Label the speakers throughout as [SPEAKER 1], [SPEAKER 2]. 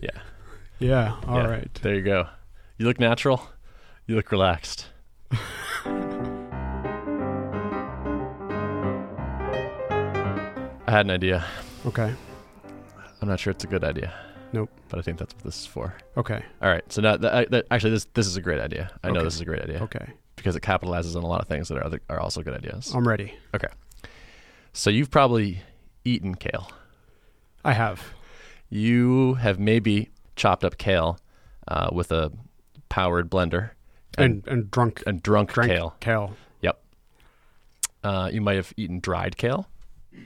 [SPEAKER 1] Yeah.
[SPEAKER 2] Yeah. All right.
[SPEAKER 1] Yeah. There you go. You look natural. You look relaxed. I had an idea.
[SPEAKER 2] Okay.
[SPEAKER 1] I'm not sure it's a good idea.
[SPEAKER 2] Nope.
[SPEAKER 1] But I think that's what this is for.
[SPEAKER 2] Okay.
[SPEAKER 1] All right. So now, that, that, actually, this this is a great idea. I know
[SPEAKER 2] Okay.
[SPEAKER 1] this is a great idea
[SPEAKER 2] Okay.
[SPEAKER 1] because it capitalizes on a lot of things that are other, are also good ideas.
[SPEAKER 2] I'm ready.
[SPEAKER 1] okay. So you've probably eaten kale.
[SPEAKER 2] I have.
[SPEAKER 1] You have maybe chopped up kale uh, with a powered blender and
[SPEAKER 2] And and drunk
[SPEAKER 1] and drunk
[SPEAKER 2] drank
[SPEAKER 1] kale. Yep. Uh, you might have eaten dried kale.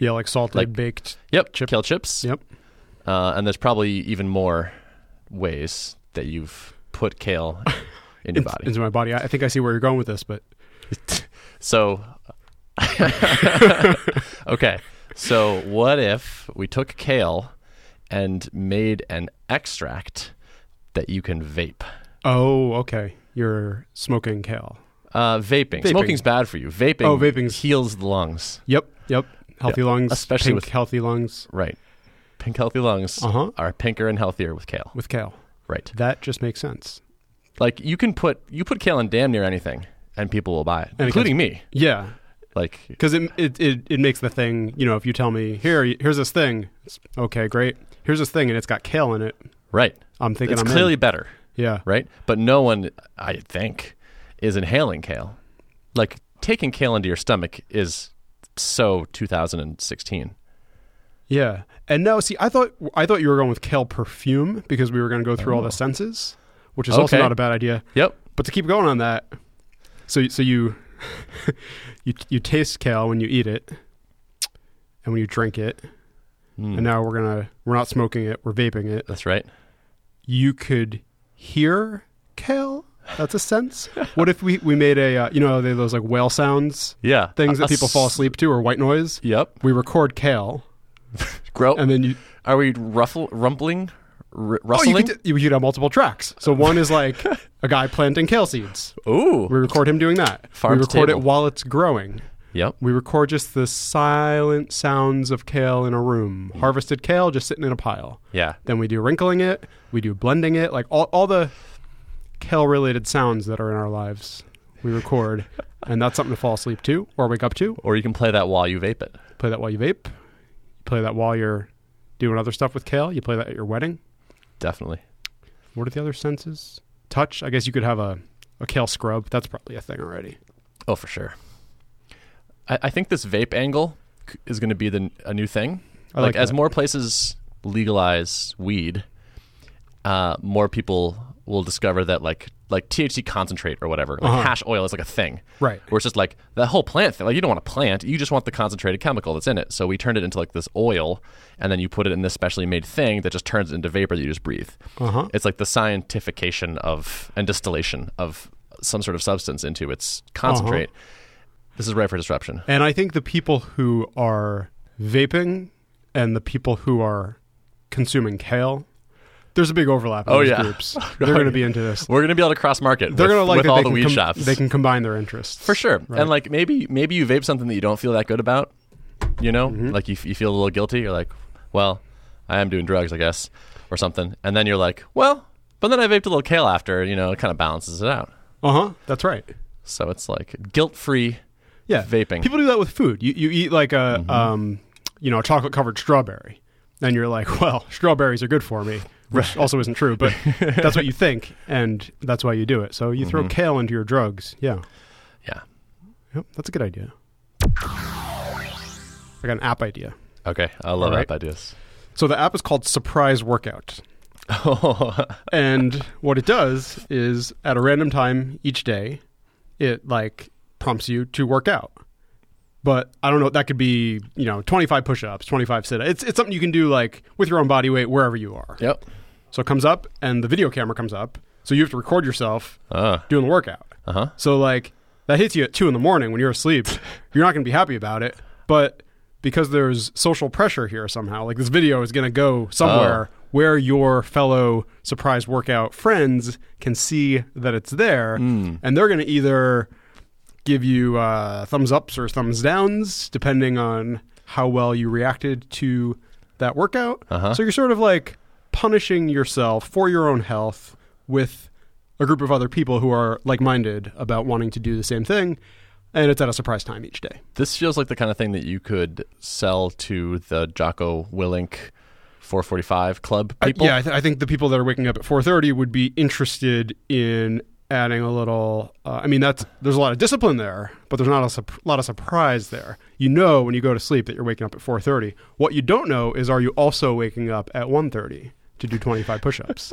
[SPEAKER 2] Yeah, like salted,
[SPEAKER 1] Like-
[SPEAKER 2] baked.
[SPEAKER 1] Yep. Kale chips.
[SPEAKER 2] Yep.
[SPEAKER 1] Uh, and there's probably even more ways that you've put kale in your
[SPEAKER 2] It's-
[SPEAKER 1] body.
[SPEAKER 2] Into my body. I, I think I see where you're going with this, but
[SPEAKER 1] So, okay. So, what if we took kale and made an extract that you can vape?
[SPEAKER 2] oh, okay. You're smoking kale.
[SPEAKER 1] Uh, vaping.
[SPEAKER 2] Vaping.
[SPEAKER 1] Smoking's bad for you. Vaping.
[SPEAKER 2] Oh, vaping's-
[SPEAKER 1] heals the lungs.
[SPEAKER 2] Yep. Yep. Healthy lungs.
[SPEAKER 1] especially
[SPEAKER 2] pink
[SPEAKER 1] with-
[SPEAKER 2] healthy lungs
[SPEAKER 1] Right. Pink healthy lungs
[SPEAKER 2] Uh-huh.
[SPEAKER 1] are pinker and healthier with kale.
[SPEAKER 2] with kale.
[SPEAKER 1] Right.
[SPEAKER 2] That just makes sense.
[SPEAKER 1] Like you can put you put kale in damn near anything, and people will buy it,
[SPEAKER 2] it
[SPEAKER 1] including me.
[SPEAKER 2] Yeah.
[SPEAKER 1] Like
[SPEAKER 2] Because it, it, it, it makes the thing, you know, if you tell me, here, here's this thing. It's, okay, great. Here's this thing, and it's got kale in it.
[SPEAKER 1] right.
[SPEAKER 2] I'm thinking
[SPEAKER 1] It's
[SPEAKER 2] I'm in.
[SPEAKER 1] clearly better,
[SPEAKER 2] Yeah.
[SPEAKER 1] right? But no one, I think, is inhaling kale. Like taking kale into your stomach is so 2016.
[SPEAKER 2] Yeah. And no, see, I thought I thought you were going with kale perfume because we were going to go through all the senses, which is also
[SPEAKER 1] Oh. Okay.
[SPEAKER 2] not a bad idea.
[SPEAKER 1] Yep.
[SPEAKER 2] But to keep going on that, so so you you you taste kale when you eat it, and when you drink it,
[SPEAKER 1] Hmm.
[SPEAKER 2] and now we're gonna we're not smoking it, we're vaping it.
[SPEAKER 1] That's right.
[SPEAKER 2] You could hear kale. That's a sense. what if we we made a uh, you know they- those like whale sounds
[SPEAKER 1] Yeah.
[SPEAKER 2] things
[SPEAKER 1] A-
[SPEAKER 2] that
[SPEAKER 1] a
[SPEAKER 2] people fall
[SPEAKER 1] s-
[SPEAKER 2] asleep to or white noise?
[SPEAKER 1] Yep.
[SPEAKER 2] We record kale,
[SPEAKER 1] Grow.
[SPEAKER 2] and then you
[SPEAKER 1] Are we ruffle rumbling? R-
[SPEAKER 2] Oh, you
[SPEAKER 1] rustling?
[SPEAKER 2] could, do- you could have multiple tracks. So one is like a guy planting kale seeds.
[SPEAKER 1] Ooh.
[SPEAKER 2] We record him doing that.
[SPEAKER 1] Farm
[SPEAKER 2] we
[SPEAKER 1] to
[SPEAKER 2] record
[SPEAKER 1] table.
[SPEAKER 2] it while it's growing.
[SPEAKER 1] Yep.
[SPEAKER 2] We record just the silent sounds of kale in a room. Harvested kale just sitting in a pile.
[SPEAKER 1] Yeah.
[SPEAKER 2] Then we do wrinkling it. We do blending it. Like all, all the kale related sounds that are in our lives, we record. and that's something to fall asleep to or wake up to.
[SPEAKER 1] Or you can play that while you vape it.
[SPEAKER 2] Play that while you vape. Play that while you're doing other stuff with kale. You play that at your wedding.
[SPEAKER 1] Definitely.
[SPEAKER 2] What are the other senses? Touch. I guess you could have a, a kale scrub. That's probably a thing already.
[SPEAKER 1] Oh, for sure. I, I think this vape angle c- is going to be the n- a new thing.
[SPEAKER 2] I
[SPEAKER 1] like
[SPEAKER 2] like
[SPEAKER 1] as
[SPEAKER 2] that.
[SPEAKER 1] more places legalize weed, uh, more people will discover that like like THC concentrate or whatever, like
[SPEAKER 2] Uh-huh.
[SPEAKER 1] hash oil is like a thing,
[SPEAKER 2] Right.
[SPEAKER 1] Where it's just like that whole plant thing. Like you don't want a plant, you just want the concentrated chemical that's in it. So we turned it into like this oil, and then you put it in this specially made thing that just turns it into vapor that you just breathe.
[SPEAKER 2] Uh-huh.
[SPEAKER 1] It's like the scientification of and distillation of some sort of substance into its concentrate.
[SPEAKER 2] Uh-huh.
[SPEAKER 1] This is ripe for disruption.
[SPEAKER 2] And I think the people who are vaping and the people who are consuming kale, there's a big overlap in
[SPEAKER 1] Oh,
[SPEAKER 2] those
[SPEAKER 1] yeah.
[SPEAKER 2] groups. They're going to be into this.
[SPEAKER 1] We're gonna be able to cross market.
[SPEAKER 2] They're
[SPEAKER 1] with,
[SPEAKER 2] going to like
[SPEAKER 1] with
[SPEAKER 2] that
[SPEAKER 1] all
[SPEAKER 2] they
[SPEAKER 1] the
[SPEAKER 2] can
[SPEAKER 1] weed
[SPEAKER 2] com-
[SPEAKER 1] shops.
[SPEAKER 2] They can combine their interests.
[SPEAKER 1] for sure.
[SPEAKER 2] Right.
[SPEAKER 1] And like maybe maybe you vape something that you don't feel that good about. You know,
[SPEAKER 2] Mm-hmm.
[SPEAKER 1] like you, f- you feel a little guilty. You're like, well, I am doing drugs, I guess, or something. And then you're like, well, but then I vaped a little kale after. You know, it kind of balances it out.
[SPEAKER 2] Uh huh. That's right.
[SPEAKER 1] So it's like guilt free.
[SPEAKER 2] Yeah.
[SPEAKER 1] Vaping.
[SPEAKER 2] People do that with food. You, you eat like a, um, you know, a chocolate covered strawberry. And you're like, well, strawberries are good for me, which also isn't true, but that's what you think. And that's why you do it. So you throw kale into your drugs. Yeah.
[SPEAKER 1] Yeah.
[SPEAKER 2] Yep. That's a good idea. I got an app idea.
[SPEAKER 1] Okay. I love
[SPEAKER 2] All
[SPEAKER 1] app
[SPEAKER 2] right.
[SPEAKER 1] ideas.
[SPEAKER 2] So the app is called Surprise Workout.
[SPEAKER 1] Oh,
[SPEAKER 2] and what it does is at a random time each day it like prompts you to work out but i don't know that could be you know 25 push-ups 25 sit-ups it's, it's something you can do like with your own body weight wherever you are
[SPEAKER 1] yep.
[SPEAKER 2] so it comes up and the video camera comes up so you have to record yourself
[SPEAKER 1] Uh uh-huh.
[SPEAKER 2] doing the workout
[SPEAKER 1] huh.
[SPEAKER 2] so like that hits you at 2 in the morning when you're asleep you're not going to be happy about it but because there's social pressure here somehow like this video is going to go somewhere where your fellow surprise workout friends can see that it's there and they're going to either give you uh, thumbs ups or thumbs downs depending on how well you reacted to that workout
[SPEAKER 1] Uh-huh.
[SPEAKER 2] so you're sort of like punishing yourself for your own health with a group of other people who are like minded about wanting to do the same thing. And it's at a surprise time each day.
[SPEAKER 1] This feels like the kind of thing that you could sell to the Jocko Willink 445 club
[SPEAKER 2] I-
[SPEAKER 1] people.
[SPEAKER 2] yeah, I, th- I think the people that are waking up at 4:30 would be interested in adding a little. Uh, I mean, that's there's a lot of discipline there, but there's not a sup- lot of surprise there. You know, when you go to sleep, that you're waking up at 4:30. What you don't know is, are you also waking up at 1:30 to do 25 push-ups,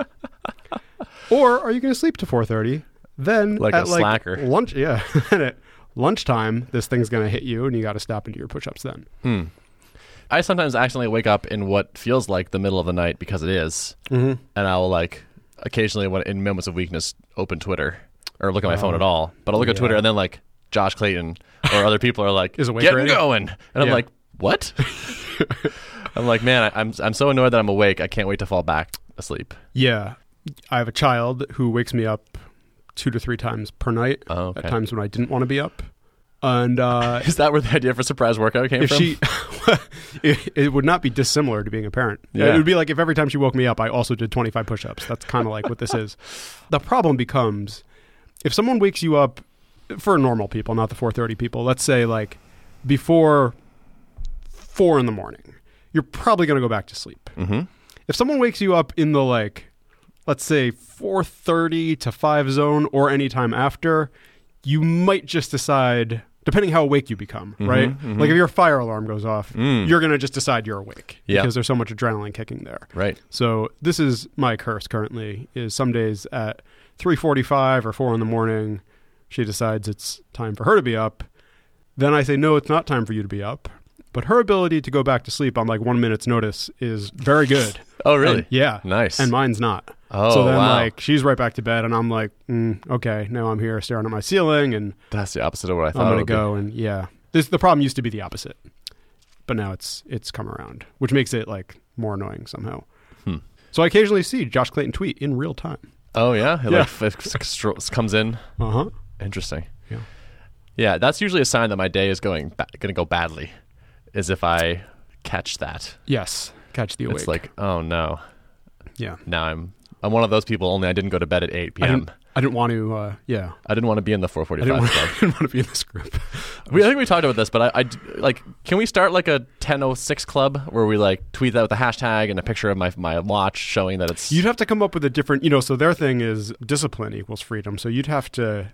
[SPEAKER 2] or are you going to sleep to 4:30? Then
[SPEAKER 1] Like a
[SPEAKER 2] at like
[SPEAKER 1] slacker.
[SPEAKER 2] lunch, yeah, then at lunchtime, this thing's going to hit you, and you got to stop and do your push-ups then.
[SPEAKER 1] I sometimes accidentally wake up in what feels like the middle of the night because it is,
[SPEAKER 2] Mm-hmm.
[SPEAKER 1] and I will like occasionally, when in moments of weakness, open Twitter or look at my phone
[SPEAKER 2] Oh.
[SPEAKER 1] at all. But I'll look at Twitter and then like Josh Clayton or other people are like,
[SPEAKER 2] Is awake
[SPEAKER 1] "Get
[SPEAKER 2] already?"
[SPEAKER 1] going," and I'm
[SPEAKER 2] Yeah.
[SPEAKER 1] like, "What?" I'm like, "Man, I, I'm I'm so annoyed that I'm awake. I can't wait to fall back asleep."
[SPEAKER 2] Yeah. I have a child who wakes me up two to three times per night
[SPEAKER 1] Oh, okay.
[SPEAKER 2] at times when I didn't want to be up. And uh,
[SPEAKER 1] Is that where the idea for surprise workout came
[SPEAKER 2] if
[SPEAKER 1] from?
[SPEAKER 2] she, it, it would not be dissimilar to being a parent. Uh,
[SPEAKER 1] Yeah.
[SPEAKER 2] It would be like if every time she woke me up, I also did 25 push ups. That's kind of like what this is. The problem becomes if someone wakes you up for normal people, not the 430 people, let's say like before four in the morning, you're probably going to go back to sleep
[SPEAKER 1] mm-hmm.
[SPEAKER 2] if someone wakes you up in the like let's say 4.30 to 5 zone or any time after you might just decide depending how awake you become right like if your fire alarm goes off
[SPEAKER 1] Mm-hmm, Mm.
[SPEAKER 2] you're going to just decide you're awake
[SPEAKER 1] Yeah.
[SPEAKER 2] because there's so much adrenaline kicking there
[SPEAKER 1] Right.
[SPEAKER 2] so this is my curse currently is some days at 3.45 or 4 in the morning she decides it's time for her to be up then i say no it's not time for you to be up but her ability to go back to sleep on like one minute's notice is very good
[SPEAKER 1] Oh, really?
[SPEAKER 2] and- yeah.
[SPEAKER 1] Nice.
[SPEAKER 2] And mine's not.
[SPEAKER 1] Oh,
[SPEAKER 2] so then,
[SPEAKER 1] wow.
[SPEAKER 2] like, she's right back to bed, and I'm like, mm, okay, now I'm here staring at my ceiling, and
[SPEAKER 1] That's the opposite of what I thought.
[SPEAKER 2] I'm
[SPEAKER 1] it
[SPEAKER 2] gonna
[SPEAKER 1] would be.
[SPEAKER 2] go, and yeah, this the problem used to be the opposite, but now it's it's come around, which makes it like more annoying somehow.
[SPEAKER 1] Hmm.
[SPEAKER 2] So I occasionally see Josh Clayton tweet in real time.
[SPEAKER 1] Oh yeah, it
[SPEAKER 2] Yeah.
[SPEAKER 1] like f- f- stro- comes in.
[SPEAKER 2] Uh huh.
[SPEAKER 1] Interesting.
[SPEAKER 2] Yeah.
[SPEAKER 1] Yeah, that's usually a sign that my day is going ba- going to go badly, is if I catch that.
[SPEAKER 2] Yes. Catch the awake.
[SPEAKER 1] It's like, oh no,
[SPEAKER 2] yeah.
[SPEAKER 1] now I'm I'm one of those people. Only I didn't go to bed at 8
[SPEAKER 2] I
[SPEAKER 1] p.m.
[SPEAKER 2] didn't, I didn't want to. Uh, yeah.
[SPEAKER 1] I didn't want to be in the
[SPEAKER 2] I didn't,
[SPEAKER 1] 4:45
[SPEAKER 2] want,
[SPEAKER 1] club.
[SPEAKER 2] I didn't want to be in this group.
[SPEAKER 1] We, I think we talked about this, but I, I d- like. Can we start like a 10:06 club where we like tweet that with a hashtag and a picture of my my watch showing that it's
[SPEAKER 2] You'd have to come up with a different, you know. So their thing is discipline equals freedom. So you'd have to.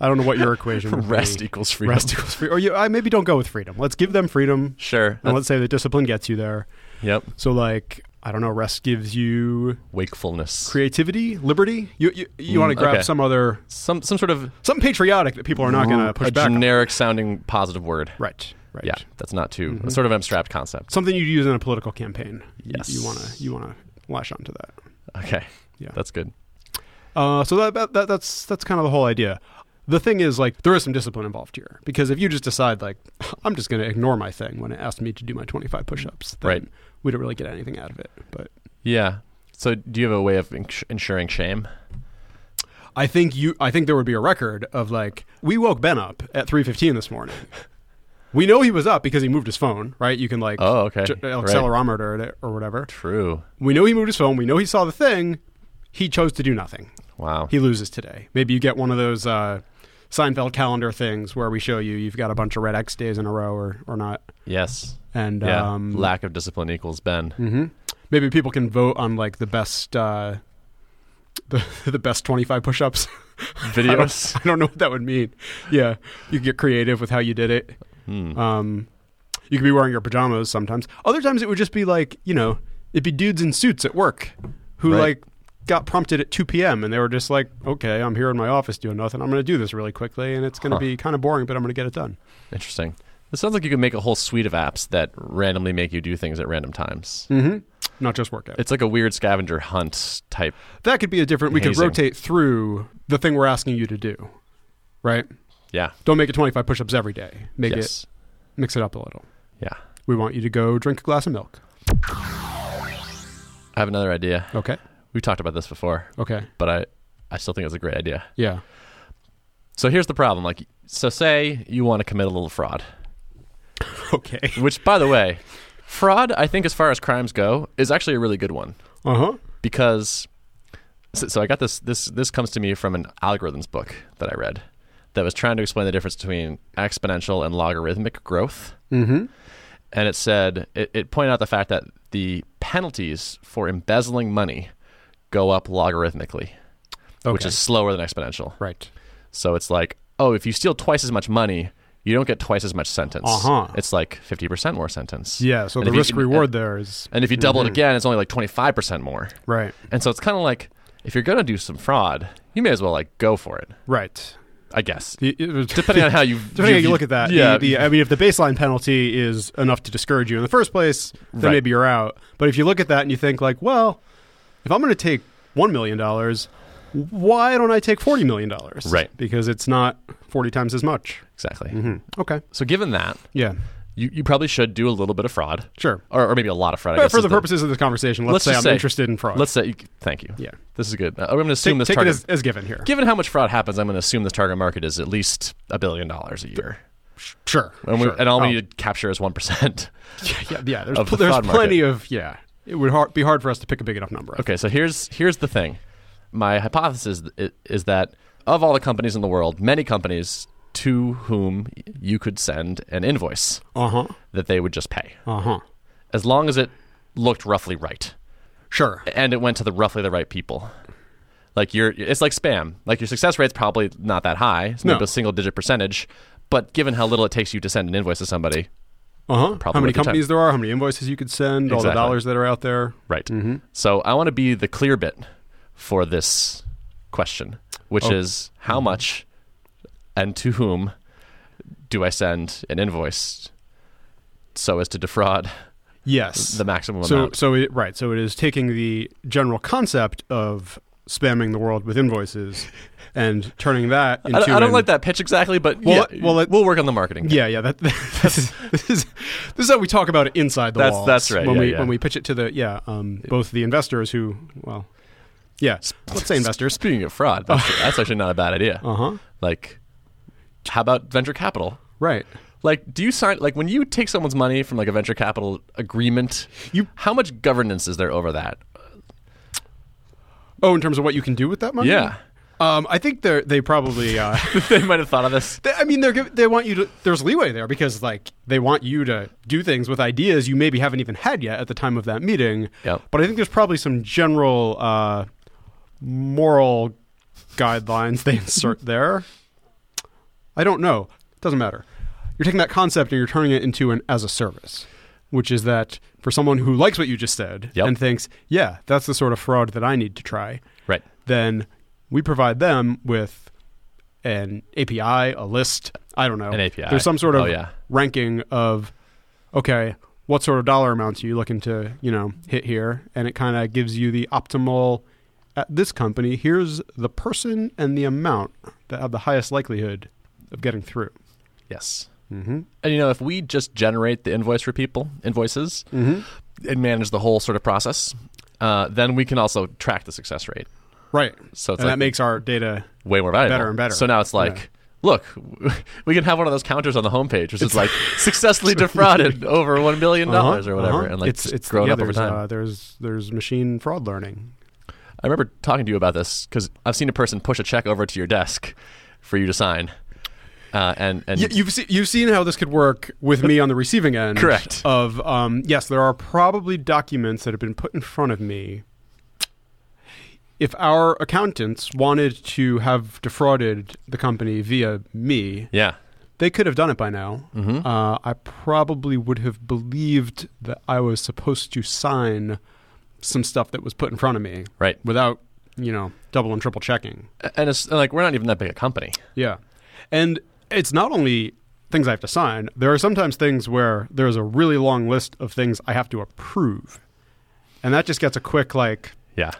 [SPEAKER 2] I don't know what your equation would
[SPEAKER 1] rest
[SPEAKER 2] be.
[SPEAKER 1] equals freedom.
[SPEAKER 2] Rest equals freedom. Or you, I maybe don't go with freedom. Let's give them freedom,
[SPEAKER 1] Sure.
[SPEAKER 2] and let's say that discipline gets you there.
[SPEAKER 1] Yep.
[SPEAKER 2] So like. I don't know. Rest gives you
[SPEAKER 1] Wakefulness.
[SPEAKER 2] creativity, liberty. You you, you
[SPEAKER 1] Mm,
[SPEAKER 2] want to grab
[SPEAKER 1] okay.
[SPEAKER 2] some other,
[SPEAKER 1] some some sort of
[SPEAKER 2] some patriotic that people are not going to push
[SPEAKER 1] a
[SPEAKER 2] back. on.
[SPEAKER 1] generic sounding positive word.
[SPEAKER 2] Right, Uh, right.
[SPEAKER 1] Mm,
[SPEAKER 2] Mm-hmm.
[SPEAKER 1] Yeah, that's not too it's sort of an abstract concept.
[SPEAKER 2] Something you'd use in a political campaign. You-
[SPEAKER 1] Yes.
[SPEAKER 2] You want to you want to lash onto that.
[SPEAKER 1] Okay,
[SPEAKER 2] Yeah.
[SPEAKER 1] that's good.
[SPEAKER 2] Uh, so that, that, that that's that's kind of the whole idea. The thing is, like, there is some discipline involved here because if you just decide, like, I'm just going to ignore my thing when it asks me to do my 25 push-ups, then
[SPEAKER 1] Right.
[SPEAKER 2] we don't really get anything out of it. But
[SPEAKER 1] Yeah. So, do you have a way of ins- ensuring shame?
[SPEAKER 2] I think you, I think there would be a record of like, we woke Ben up at 3:15 this morning. we know he was up because he moved his phone, right? You can like,
[SPEAKER 1] Oh, okay.
[SPEAKER 2] j-
[SPEAKER 1] Right.
[SPEAKER 2] accelerometer it or whatever.
[SPEAKER 1] True.
[SPEAKER 2] We know he moved his phone. We know he saw the thing. He chose to do nothing.
[SPEAKER 1] Wow.
[SPEAKER 2] he loses today. Maybe you get one of those uh, Seinfeld calendar things where we show you you've got a bunch of red X days in a row or, or not.
[SPEAKER 1] yes.
[SPEAKER 2] And
[SPEAKER 1] Yeah.
[SPEAKER 2] um,
[SPEAKER 1] Lack of discipline equals Ben.
[SPEAKER 2] mhm. maybe people can vote on like the best uh, the, the best 25 push-ups.
[SPEAKER 1] Videos.
[SPEAKER 2] I don't know what that would mean. Yeah, you could get creative with how you did it.
[SPEAKER 1] Hmm.
[SPEAKER 2] Um, you could be wearing your pajamas sometimes. Other times it would just be like, you know, it'd be dudes in suits at work who
[SPEAKER 1] Right.
[SPEAKER 2] like got prompted at 2 p.m. and they were just like, okay, I'm here in my office doing nothing. I'm going to do this really quickly and it's going to
[SPEAKER 1] Huh.
[SPEAKER 2] be kind of boring, but I'm going to get it done.
[SPEAKER 1] Interesting. This sounds like you could make a whole suite of apps that randomly make you do things at random times.
[SPEAKER 2] Mm-hmm. Not just workout.
[SPEAKER 1] It's like a weird scavenger hunt type.
[SPEAKER 2] that could be a different, we could
[SPEAKER 1] Hazing.
[SPEAKER 2] rotate through the thing we're asking you to do, right?
[SPEAKER 1] Yeah.
[SPEAKER 2] Don't make it 25 push ups every day. Make
[SPEAKER 1] yes.
[SPEAKER 2] it, mix it up a little.
[SPEAKER 1] Yeah.
[SPEAKER 2] We want you to go drink a glass of milk.
[SPEAKER 1] I have another idea.
[SPEAKER 2] Okay.
[SPEAKER 1] We talked about this before,
[SPEAKER 2] Okay.
[SPEAKER 1] but I I still think it's a great idea.
[SPEAKER 2] Yeah.
[SPEAKER 1] So here's the problem. Like, so say you want to commit a little fraud.
[SPEAKER 2] Okay.
[SPEAKER 1] Which, by the way, fraud, I think, as far as crimes go, is actually a really good one.
[SPEAKER 2] Uh huh.
[SPEAKER 1] because so, so I got this this this comes to me from an algorithms book that I read that was trying to explain the difference between exponential and logarithmic growth.
[SPEAKER 2] Mm-hmm.
[SPEAKER 1] And it said it, it pointed out the fact that the penalties for embezzling money go up logarithmically, which
[SPEAKER 2] Okay.
[SPEAKER 1] is slower than exponential.
[SPEAKER 2] Right.
[SPEAKER 1] So it's like, oh, if you steal twice as much money, you don't get twice as much sentence.
[SPEAKER 2] Uh-huh.
[SPEAKER 1] It's like 50% more sentence.
[SPEAKER 2] Yeah. Mm-hmm. So
[SPEAKER 1] And
[SPEAKER 2] the
[SPEAKER 1] if you-
[SPEAKER 2] risk reward there is
[SPEAKER 1] And if you double it again, it's only like 25% more.
[SPEAKER 2] right.
[SPEAKER 1] And so it's kind of like if you're going to do some fraud, you may as well like go for it,
[SPEAKER 2] Right.
[SPEAKER 1] I guess.
[SPEAKER 2] The- it was-
[SPEAKER 1] Depending on how you
[SPEAKER 2] Depending on how you look at that,
[SPEAKER 1] Yeah.
[SPEAKER 2] the- the- I mean, if the baseline penalty is enough to discourage you in the first place,
[SPEAKER 1] Right.
[SPEAKER 2] then maybe you're out. But if you look at that and you think like, well, if I'm going to take one million dollars, why don't I take forty million dollars?
[SPEAKER 1] Right. Hmm.
[SPEAKER 2] because it's not forty times as much.
[SPEAKER 1] exactly.
[SPEAKER 2] Mm-hmm. Okay,
[SPEAKER 1] So given that,
[SPEAKER 2] yeah,
[SPEAKER 1] you, you probably should do a little bit of fraud
[SPEAKER 2] sure.
[SPEAKER 1] or, or maybe a lot of fraud. I
[SPEAKER 2] But
[SPEAKER 1] guess,
[SPEAKER 2] for
[SPEAKER 1] is
[SPEAKER 2] the purposes of this conversation, let's,
[SPEAKER 1] Let's
[SPEAKER 2] say
[SPEAKER 1] just
[SPEAKER 2] I'm
[SPEAKER 1] say-
[SPEAKER 2] interested in fraud.
[SPEAKER 1] Let's say, you- thank you.
[SPEAKER 2] yeah,
[SPEAKER 1] This is good. Uh, I'm going to assume
[SPEAKER 2] take,
[SPEAKER 1] this
[SPEAKER 2] take it
[SPEAKER 1] target.
[SPEAKER 2] as, as given here.
[SPEAKER 1] given how much fraud happens, I'm going to assume this target market is at least a billion dollars a year.
[SPEAKER 2] sure,
[SPEAKER 1] And, we,
[SPEAKER 2] sure.
[SPEAKER 1] and all
[SPEAKER 2] Oh,
[SPEAKER 1] we need to capture is 1%.
[SPEAKER 2] yeah, yeah, there's,
[SPEAKER 1] of the
[SPEAKER 2] there's
[SPEAKER 1] fraud market.
[SPEAKER 2] plenty of yeah. It would har- be hard for us to pick a big enough number.
[SPEAKER 1] Okay, so here's here's the thing. My hypothesis i- is that of all the companies in the world, many companies to whom you could send an invoice
[SPEAKER 2] Uh huh.
[SPEAKER 1] that they would just pay,
[SPEAKER 2] Uh huh.
[SPEAKER 1] as long as it looked roughly right
[SPEAKER 2] Sure.
[SPEAKER 1] and it went to the roughly the right people. Like your it's like spam. Like your success rate's probably not that high. It's maybe
[SPEAKER 2] No.
[SPEAKER 1] a single digit percentage, but given how little it takes you to send an invoice to somebody,
[SPEAKER 2] Uh huh.
[SPEAKER 1] Probably
[SPEAKER 2] How many
[SPEAKER 1] worth your
[SPEAKER 2] companies there are, how many invoices you could send, all the
[SPEAKER 1] Exactly.
[SPEAKER 2] dollars that are out there.
[SPEAKER 1] Right.
[SPEAKER 2] Mm-hmm.
[SPEAKER 1] So I want to be the clear bit for this question, which
[SPEAKER 2] Oh.
[SPEAKER 1] is how much and to whom do I send an invoice so as to defraud
[SPEAKER 2] Yes.
[SPEAKER 1] the maximum
[SPEAKER 2] so
[SPEAKER 1] amount?
[SPEAKER 2] so it, right. So it is taking the general concept of spamming the world with invoices and turning that into
[SPEAKER 1] I don't, I don't
[SPEAKER 2] an-
[SPEAKER 1] like that pitch exactly, but
[SPEAKER 2] Well,
[SPEAKER 1] yeah,
[SPEAKER 2] well, it-
[SPEAKER 1] we'll work on the marketing.
[SPEAKER 2] Yeah, yeah. That, this, is, this is this is how we talk about it inside the
[SPEAKER 1] That's-
[SPEAKER 2] walls.
[SPEAKER 1] that's right,
[SPEAKER 2] When
[SPEAKER 1] yeah,
[SPEAKER 2] we
[SPEAKER 1] yeah.
[SPEAKER 2] when we pitch it to the yeah, um, both the investors who well, yeah, let's say investors.
[SPEAKER 1] Speaking of fraud, that's, that's actually not a bad idea.
[SPEAKER 2] Uh huh.
[SPEAKER 1] Like, how about venture capital?
[SPEAKER 2] Right.
[SPEAKER 1] Like, do you sign like when you take someone's money from like a venture capital agreement?
[SPEAKER 2] You-
[SPEAKER 1] how much governance is there over that?
[SPEAKER 2] Oh, in terms of what you can do with that money.
[SPEAKER 1] Yeah,
[SPEAKER 2] Um, I think they they probably. Uh,
[SPEAKER 1] they might have thought of this.
[SPEAKER 2] They, I mean, they're giv- they want you to. There's leeway there because like they want you to do things with ideas you maybe haven't even had yet at the time of that meeting.
[SPEAKER 1] Yep.
[SPEAKER 2] But I think there's probably some general uh, moral guidelines they insert there. I don't know. Doesn't matter. You're taking that concept and you're turning it into an as a service, which is that for someone who likes what you just said
[SPEAKER 1] Yep.
[SPEAKER 2] and thinks, yeah, that's the sort of fraud that I need to try
[SPEAKER 1] Right.
[SPEAKER 2] then we provide them with an API, a list. I don't know.
[SPEAKER 1] An API.
[SPEAKER 2] There's some sort of
[SPEAKER 1] Oh, yeah.
[SPEAKER 2] ranking of, okay, what sort of dollar amounts are you looking to, you know, hit here? And it kind of gives you the optimal. At this company, here's the person and the amount that have the highest likelihood of getting through.
[SPEAKER 1] Yes.
[SPEAKER 2] Mm-hmm.
[SPEAKER 1] And you know, if we just generate the invoice for people, invoices,
[SPEAKER 2] Mm-hmm.
[SPEAKER 1] and manage the whole sort of process, uh, then we can also track the success rate.
[SPEAKER 2] Right.
[SPEAKER 1] So it's
[SPEAKER 2] and
[SPEAKER 1] like
[SPEAKER 2] that makes our data
[SPEAKER 1] way more valuable,
[SPEAKER 2] better and better.
[SPEAKER 1] So now it's like,
[SPEAKER 2] Yeah.
[SPEAKER 1] look, we can have one of those counters on the homepage, which is like successfully defrauded over one million dollars
[SPEAKER 2] Uh-huh,
[SPEAKER 1] or whatever,
[SPEAKER 2] uh-huh.
[SPEAKER 1] and like it's, grown
[SPEAKER 2] yeah,
[SPEAKER 1] up over
[SPEAKER 2] there's,
[SPEAKER 1] time.
[SPEAKER 2] Uh, there's there's machine fraud learning.
[SPEAKER 1] I remember talking to you about this because I've seen a person push a check over to your desk for you to sign, uh, and and
[SPEAKER 2] Y- you've, se- you've seen how this could work with me on the receiving end.
[SPEAKER 1] Correct.
[SPEAKER 2] Of um, yes, there are probably documents that have been put in front of me. If our accountants wanted to have defrauded the company via me,
[SPEAKER 1] yeah,
[SPEAKER 2] they could have done it by now.
[SPEAKER 1] Mhm.
[SPEAKER 2] Uh, I probably would have believed that I was supposed to sign some stuff that was put in front of me
[SPEAKER 1] right,
[SPEAKER 2] without, you know, double and triple checking.
[SPEAKER 1] and it's and, like we're not even that big a company.
[SPEAKER 2] Yeah. And it's not only things I have to sign, there are sometimes things where there's a really long list of things I have to approve. And that just gets a quick, like,
[SPEAKER 1] Yeah,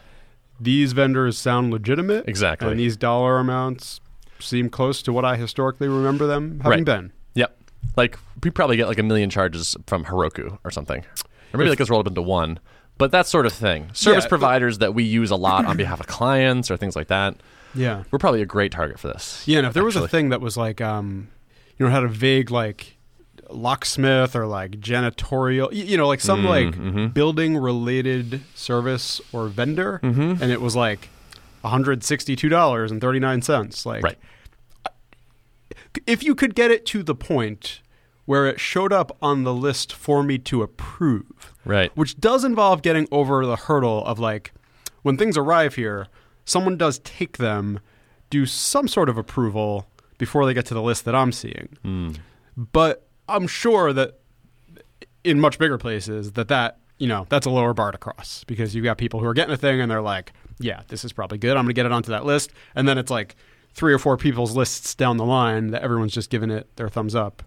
[SPEAKER 2] these vendors sound legitimate.
[SPEAKER 1] Exactly.
[SPEAKER 2] And these dollar amounts seem close to what I historically remember them having
[SPEAKER 1] Right.
[SPEAKER 2] been.
[SPEAKER 1] Yep. Like we probably get like a million charges from Heroku or something, or maybe like it's rolled up into one. But that sort of thing, service
[SPEAKER 2] Yeah.
[SPEAKER 1] providers that we use a lot on behalf of clients or things like that,
[SPEAKER 2] Yeah.
[SPEAKER 1] we're probably a great target for this.
[SPEAKER 2] Yeah, and if there was a
[SPEAKER 1] Actually.
[SPEAKER 2] thing that was like, um, you know, had a vague like locksmith or like janitorial, y- you know, like some like building related service or vendor, and it was like one hundred sixty two dollars and thirty nine cents. Like,
[SPEAKER 1] Right.
[SPEAKER 2] if you could get it to the point where it showed up on the list for me to approve,
[SPEAKER 1] Right.
[SPEAKER 2] which does involve getting over the hurdle of like when things arrive here, someone does take them, do some sort of approval before they get to the list that I'm seeing. But I'm sure that in much bigger places that that you know that's a lower bar to cross because you've got people who are getting a thing and they're like, yeah, this is probably good. I'm going to get it onto that list, and then it's like three or four people's lists down the line that everyone's just giving it their thumbs up.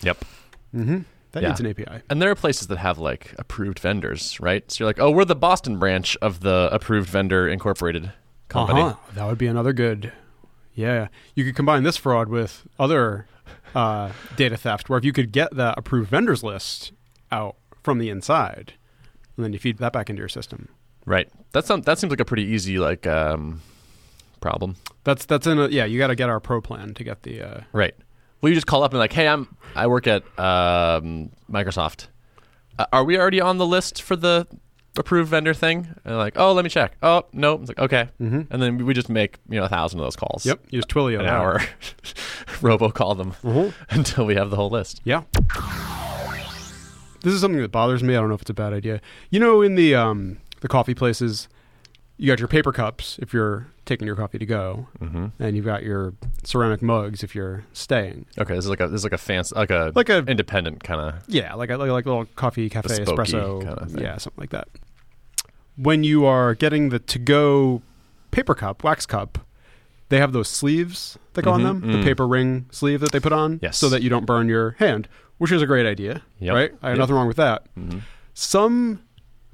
[SPEAKER 1] Yep.
[SPEAKER 2] That
[SPEAKER 1] Yeah.
[SPEAKER 2] needs an API.
[SPEAKER 1] And there are places that have like approved vendors, right? So you're like, oh, we're the Boston branch of the approved vendor incorporated company.
[SPEAKER 2] Uh-huh. That would be another good. Yeah, you could combine this fraud with other uh, data theft, where if you could get the approved vendors list out from the inside, and then you feed that back into your system.
[SPEAKER 1] Right. That's some, that seems like a pretty easy like um, problem.
[SPEAKER 2] That's that's in a yeah. You got to get our pro plan to get the uh,
[SPEAKER 1] Right. Well, you just call up and like, hey, I'm I work at um, Microsoft. Uh, are we already on the list for the approved vendor thing? And they're like, oh, let me check. Oh, no. It's like, okay. And then we just make you know a thousand of those calls.
[SPEAKER 2] Mm-hmm. yep. Use Twilio
[SPEAKER 1] An
[SPEAKER 2] now.
[SPEAKER 1] hour. Robo call them
[SPEAKER 2] Mhm.
[SPEAKER 1] until we have the whole list.
[SPEAKER 2] Yeah. This is something that bothers me. I don't know if it's a bad idea. You know, in the um, the coffee places, you got your paper cups if you're taking your coffee to go, and you've got your ceramic mugs if you're staying.
[SPEAKER 1] Okay, this is like a this is like a fancy like a
[SPEAKER 2] Like a-
[SPEAKER 1] independent kind of
[SPEAKER 2] Yeah, like a, like, like a little coffee cafe
[SPEAKER 1] Bespoke-y
[SPEAKER 2] espresso,
[SPEAKER 1] kind of thing.
[SPEAKER 2] yeah, something like that. When you are getting the to go paper cup, wax cup, they have those sleeves that go on
[SPEAKER 1] Mhm,
[SPEAKER 2] them, the
[SPEAKER 1] mm.
[SPEAKER 2] paper ring sleeve that they put on,
[SPEAKER 1] Yes.
[SPEAKER 2] so that you don't burn your hand, which is a great idea,
[SPEAKER 1] Yep.
[SPEAKER 2] right? I have
[SPEAKER 1] Yep.
[SPEAKER 2] nothing wrong with that.
[SPEAKER 1] Mhm.
[SPEAKER 2] Some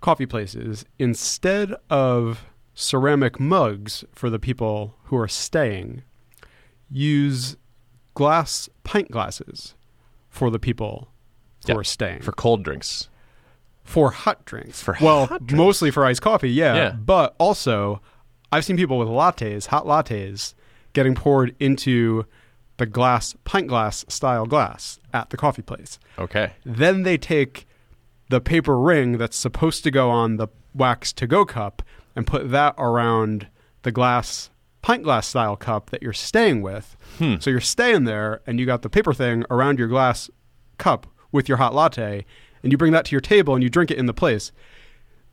[SPEAKER 2] coffee places, instead of ceramic mugs for the people who are staying, use glass pint glasses for the people who
[SPEAKER 1] Yeah,
[SPEAKER 2] are staying
[SPEAKER 1] for cold drinks.
[SPEAKER 2] for hot drinks.
[SPEAKER 1] For
[SPEAKER 2] well,
[SPEAKER 1] hot
[SPEAKER 2] mostly for iced coffee, yeah,
[SPEAKER 1] Yeah.
[SPEAKER 2] But also, I've seen people with lattes, hot lattes, getting poured into the glass pint glass style glass at the coffee place.
[SPEAKER 1] Okay.
[SPEAKER 2] Then they take the paper ring that's supposed to go on the wax to go cup and put that around the glass pint glass style cup that you're staying with.
[SPEAKER 1] Hmm.
[SPEAKER 2] So you're staying there and you got the paper thing around your glass cup with your hot latte and you bring that to your table and you drink it in the place.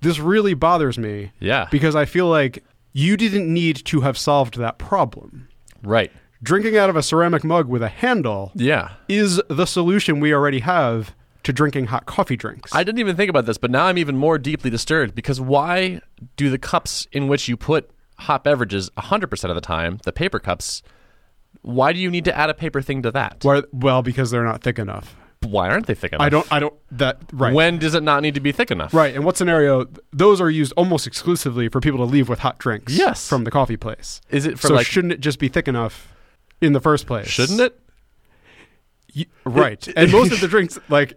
[SPEAKER 2] This really bothers me
[SPEAKER 1] Yeah.
[SPEAKER 2] because I feel like you didn't need to have solved that problem.
[SPEAKER 1] right.
[SPEAKER 2] Drinking out of a ceramic mug with a handle
[SPEAKER 1] Yeah.
[SPEAKER 2] is the solution we already have to drinking hot coffee drinks.
[SPEAKER 1] I didn't even think about this, but now I'm even more deeply disturbed because why do the cups in which you put hot beverages 100% of the time, the paper cups, why do you need to add a paper thing to that?
[SPEAKER 2] Why- well, because they're not thick enough.
[SPEAKER 1] Why aren't they thick enough?
[SPEAKER 2] I don't. I don't. That right.
[SPEAKER 1] When does it not need to be thick enough?
[SPEAKER 2] Right. And what scenario? Those are used almost exclusively for people to leave with hot drinks.
[SPEAKER 1] Yes.
[SPEAKER 2] From the coffee place.
[SPEAKER 1] Is it for
[SPEAKER 2] so
[SPEAKER 1] like
[SPEAKER 2] shouldn't it just be thick enough in the first place?
[SPEAKER 1] shouldn't it?
[SPEAKER 2] Y- right. and most of the drinks, like,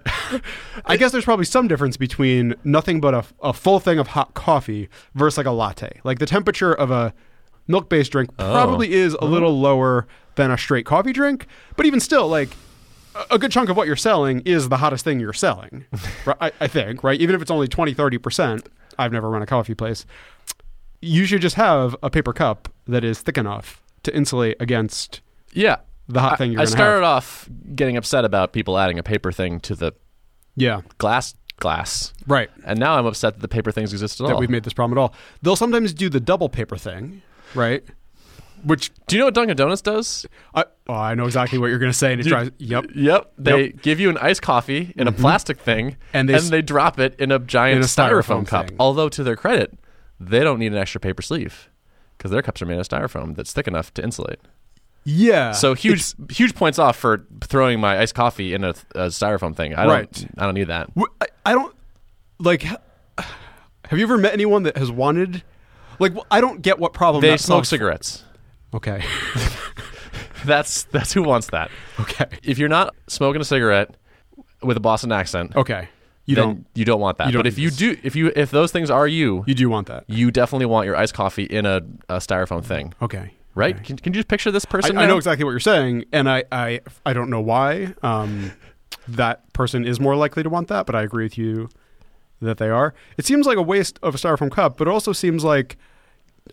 [SPEAKER 2] I guess there's probably some difference between nothing but a, a full thing of hot coffee versus like a latte. Like the temperature of a milk based drink
[SPEAKER 1] Oh.
[SPEAKER 2] probably is a little lower than a straight coffee drink, but even still, like, a- a good chunk of what you're selling is the hottest thing you're selling, right? I, I think, right? Even if it's only 20, 30%, I've never run a coffee place. You should just have a paper cup that is thick enough to insulate against
[SPEAKER 1] Yeah.
[SPEAKER 2] the hot
[SPEAKER 1] I,
[SPEAKER 2] thing you're
[SPEAKER 1] I
[SPEAKER 2] going to
[SPEAKER 1] started
[SPEAKER 2] have.
[SPEAKER 1] off getting upset about people adding a paper thing to the
[SPEAKER 2] Yeah,
[SPEAKER 1] glass glass.
[SPEAKER 2] right.
[SPEAKER 1] And now I'm upset that the paper things exist at
[SPEAKER 2] that
[SPEAKER 1] all.
[SPEAKER 2] we've made this problem at all. They'll sometimes do the double paper thing, right? Which
[SPEAKER 1] do you know what Dunkin' Donuts does?
[SPEAKER 2] I oh, I know exactly what you're going to say, and it drives. Yep, Mm-hmm.
[SPEAKER 1] Yep. They give you an iced coffee in a plastic thing,
[SPEAKER 2] And
[SPEAKER 1] and
[SPEAKER 2] they
[SPEAKER 1] they,
[SPEAKER 2] s-
[SPEAKER 1] drop it in a giant
[SPEAKER 2] In a
[SPEAKER 1] styrofoam,
[SPEAKER 2] styrofoam
[SPEAKER 1] cup.
[SPEAKER 2] thing.
[SPEAKER 1] Although, to their credit, they don't need an extra paper sleeve because their cups are made of styrofoam that's thick enough to insulate.
[SPEAKER 2] yeah.
[SPEAKER 1] So huge,
[SPEAKER 2] Uh, It's-
[SPEAKER 1] huge points off for throwing my iced coffee in a, a styrofoam thing. I
[SPEAKER 2] Right.
[SPEAKER 1] don't, I don't need that.
[SPEAKER 2] w- I, I don't like. h- Have you ever met anyone that has wanted? Like, wh- I don't get what problem
[SPEAKER 1] They
[SPEAKER 2] that
[SPEAKER 1] smoke
[SPEAKER 2] solves-
[SPEAKER 1] cigarettes.
[SPEAKER 2] Okay,
[SPEAKER 1] That's that's who wants that.
[SPEAKER 2] okay,
[SPEAKER 1] If you're not smoking a cigarette with a Boston accent,
[SPEAKER 2] okay. Oh, You
[SPEAKER 1] then
[SPEAKER 2] don't.
[SPEAKER 1] you don't want that.
[SPEAKER 2] you don't
[SPEAKER 1] but if
[SPEAKER 2] need
[SPEAKER 1] you
[SPEAKER 2] this.
[SPEAKER 1] do, if you if those things are you,
[SPEAKER 2] You do want that.
[SPEAKER 1] you definitely want your iced coffee in a, a styrofoam thing.
[SPEAKER 2] Okay.
[SPEAKER 1] right? Can, can you just picture this
[SPEAKER 2] I,
[SPEAKER 1] person?
[SPEAKER 2] I know
[SPEAKER 1] now?
[SPEAKER 2] exactly what you're saying, and I, I, I don't know why. Um, that person is more likely to want that, but I agree with you that they are. It seems like a waste of a styrofoam cup, but it also seems like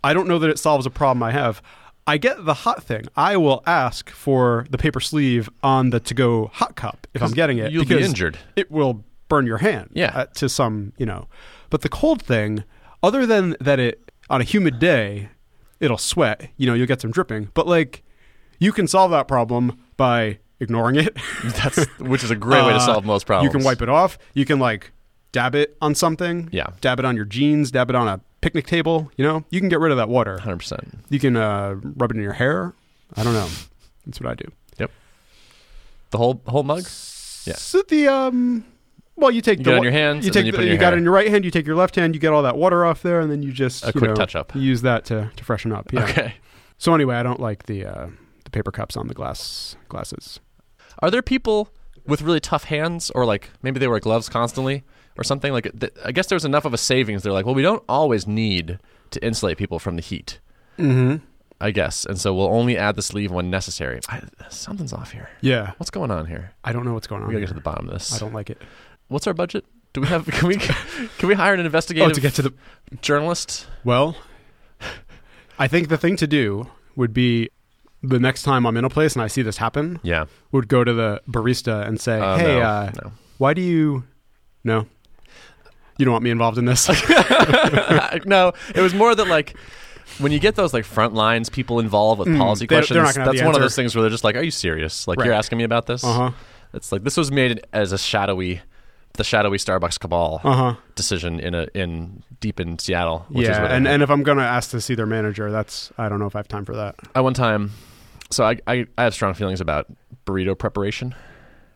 [SPEAKER 2] I don't know that it solves a problem I have. I get the hot thing. I will ask for the paper sleeve on the to-go hot cup if I'm getting it.
[SPEAKER 1] you'll be
[SPEAKER 2] because
[SPEAKER 1] injured.
[SPEAKER 2] It will burn your hand.
[SPEAKER 1] Yeah.
[SPEAKER 2] uh, to some, you know. But the cold thing, other than that, it on a humid day, it'll sweat. You know, you'll get some dripping. But like, you can solve that problem by ignoring it.
[SPEAKER 1] That's which is a great way to
[SPEAKER 2] Uh,
[SPEAKER 1] solve most problems.
[SPEAKER 2] You can wipe it off. You can like dab it on something.
[SPEAKER 1] Yeah.
[SPEAKER 2] Dab it on your jeans. Dab it on a picnic table. You know, you can get rid of that water.
[SPEAKER 1] 100%.
[SPEAKER 2] You can uh, rub it in your hair. I don't know. That's what I do.
[SPEAKER 1] The whole whole mug? Yeah.
[SPEAKER 2] So the um, well, you take
[SPEAKER 1] You
[SPEAKER 2] the
[SPEAKER 1] get it on
[SPEAKER 2] wa-
[SPEAKER 1] your hands,
[SPEAKER 2] You
[SPEAKER 1] and then
[SPEAKER 2] take
[SPEAKER 1] you
[SPEAKER 2] the-
[SPEAKER 1] put it in your
[SPEAKER 2] got
[SPEAKER 1] hair.
[SPEAKER 2] it in your right hand. You take your left hand. You get all that water off there, and then you just
[SPEAKER 1] A
[SPEAKER 2] you
[SPEAKER 1] quick
[SPEAKER 2] know,
[SPEAKER 1] touch-up.
[SPEAKER 2] you Use that to, to freshen up. Yeah.
[SPEAKER 1] Okay.
[SPEAKER 2] So anyway, I don't like the uh, the paper cups on the glass glasses.
[SPEAKER 1] Are there people with really tough hands, or like maybe they wear gloves constantly or something? Like, th- I guess there's enough of a savings. They're like, well, we don't always need to insulate people from the heat,
[SPEAKER 2] Mm-hmm.
[SPEAKER 1] I guess, and so we'll only add the sleeve when necessary. I, something's off here.
[SPEAKER 2] Yeah.
[SPEAKER 1] What's going on here?
[SPEAKER 2] I don't know what's going on.
[SPEAKER 1] We gotta get
[SPEAKER 2] here.
[SPEAKER 1] to the bottom of this.
[SPEAKER 2] I don't like it.
[SPEAKER 1] What's our budget? Do we have? Can we can we hire an
[SPEAKER 2] Oh,
[SPEAKER 1] investigative
[SPEAKER 2] to get to the
[SPEAKER 1] journalist?
[SPEAKER 2] Well, I think the thing to do would be the next time I'm in a place and I see this happen,
[SPEAKER 1] Yeah.
[SPEAKER 2] would go to the barista and say,
[SPEAKER 1] Uh,
[SPEAKER 2] "Hey,
[SPEAKER 1] no,
[SPEAKER 2] uh,
[SPEAKER 1] no.
[SPEAKER 2] why do you no? You don't want me involved in this."
[SPEAKER 1] no, it was more that like when you get those like front lines people involved with
[SPEAKER 2] Mm,
[SPEAKER 1] policy
[SPEAKER 2] they're-
[SPEAKER 1] questions,
[SPEAKER 2] they're not gonna have
[SPEAKER 1] that's
[SPEAKER 2] the
[SPEAKER 1] one of
[SPEAKER 2] answer.
[SPEAKER 1] those things where they're just like, "Are you serious? Like you're
[SPEAKER 2] Right.
[SPEAKER 1] asking me about this?"
[SPEAKER 2] uh huh.
[SPEAKER 1] It's like this was made as a shadowy, the shadowy Starbucks cabal
[SPEAKER 2] Uh huh.
[SPEAKER 1] decision in a in deep in Seattle. Which is
[SPEAKER 2] Yeah,
[SPEAKER 1] what I
[SPEAKER 2] and
[SPEAKER 1] did.
[SPEAKER 2] and if I'm gonna ask to see their manager, that's I don't know if I have time for that.
[SPEAKER 1] I one time, so I, I I have strong feelings about burrito preparation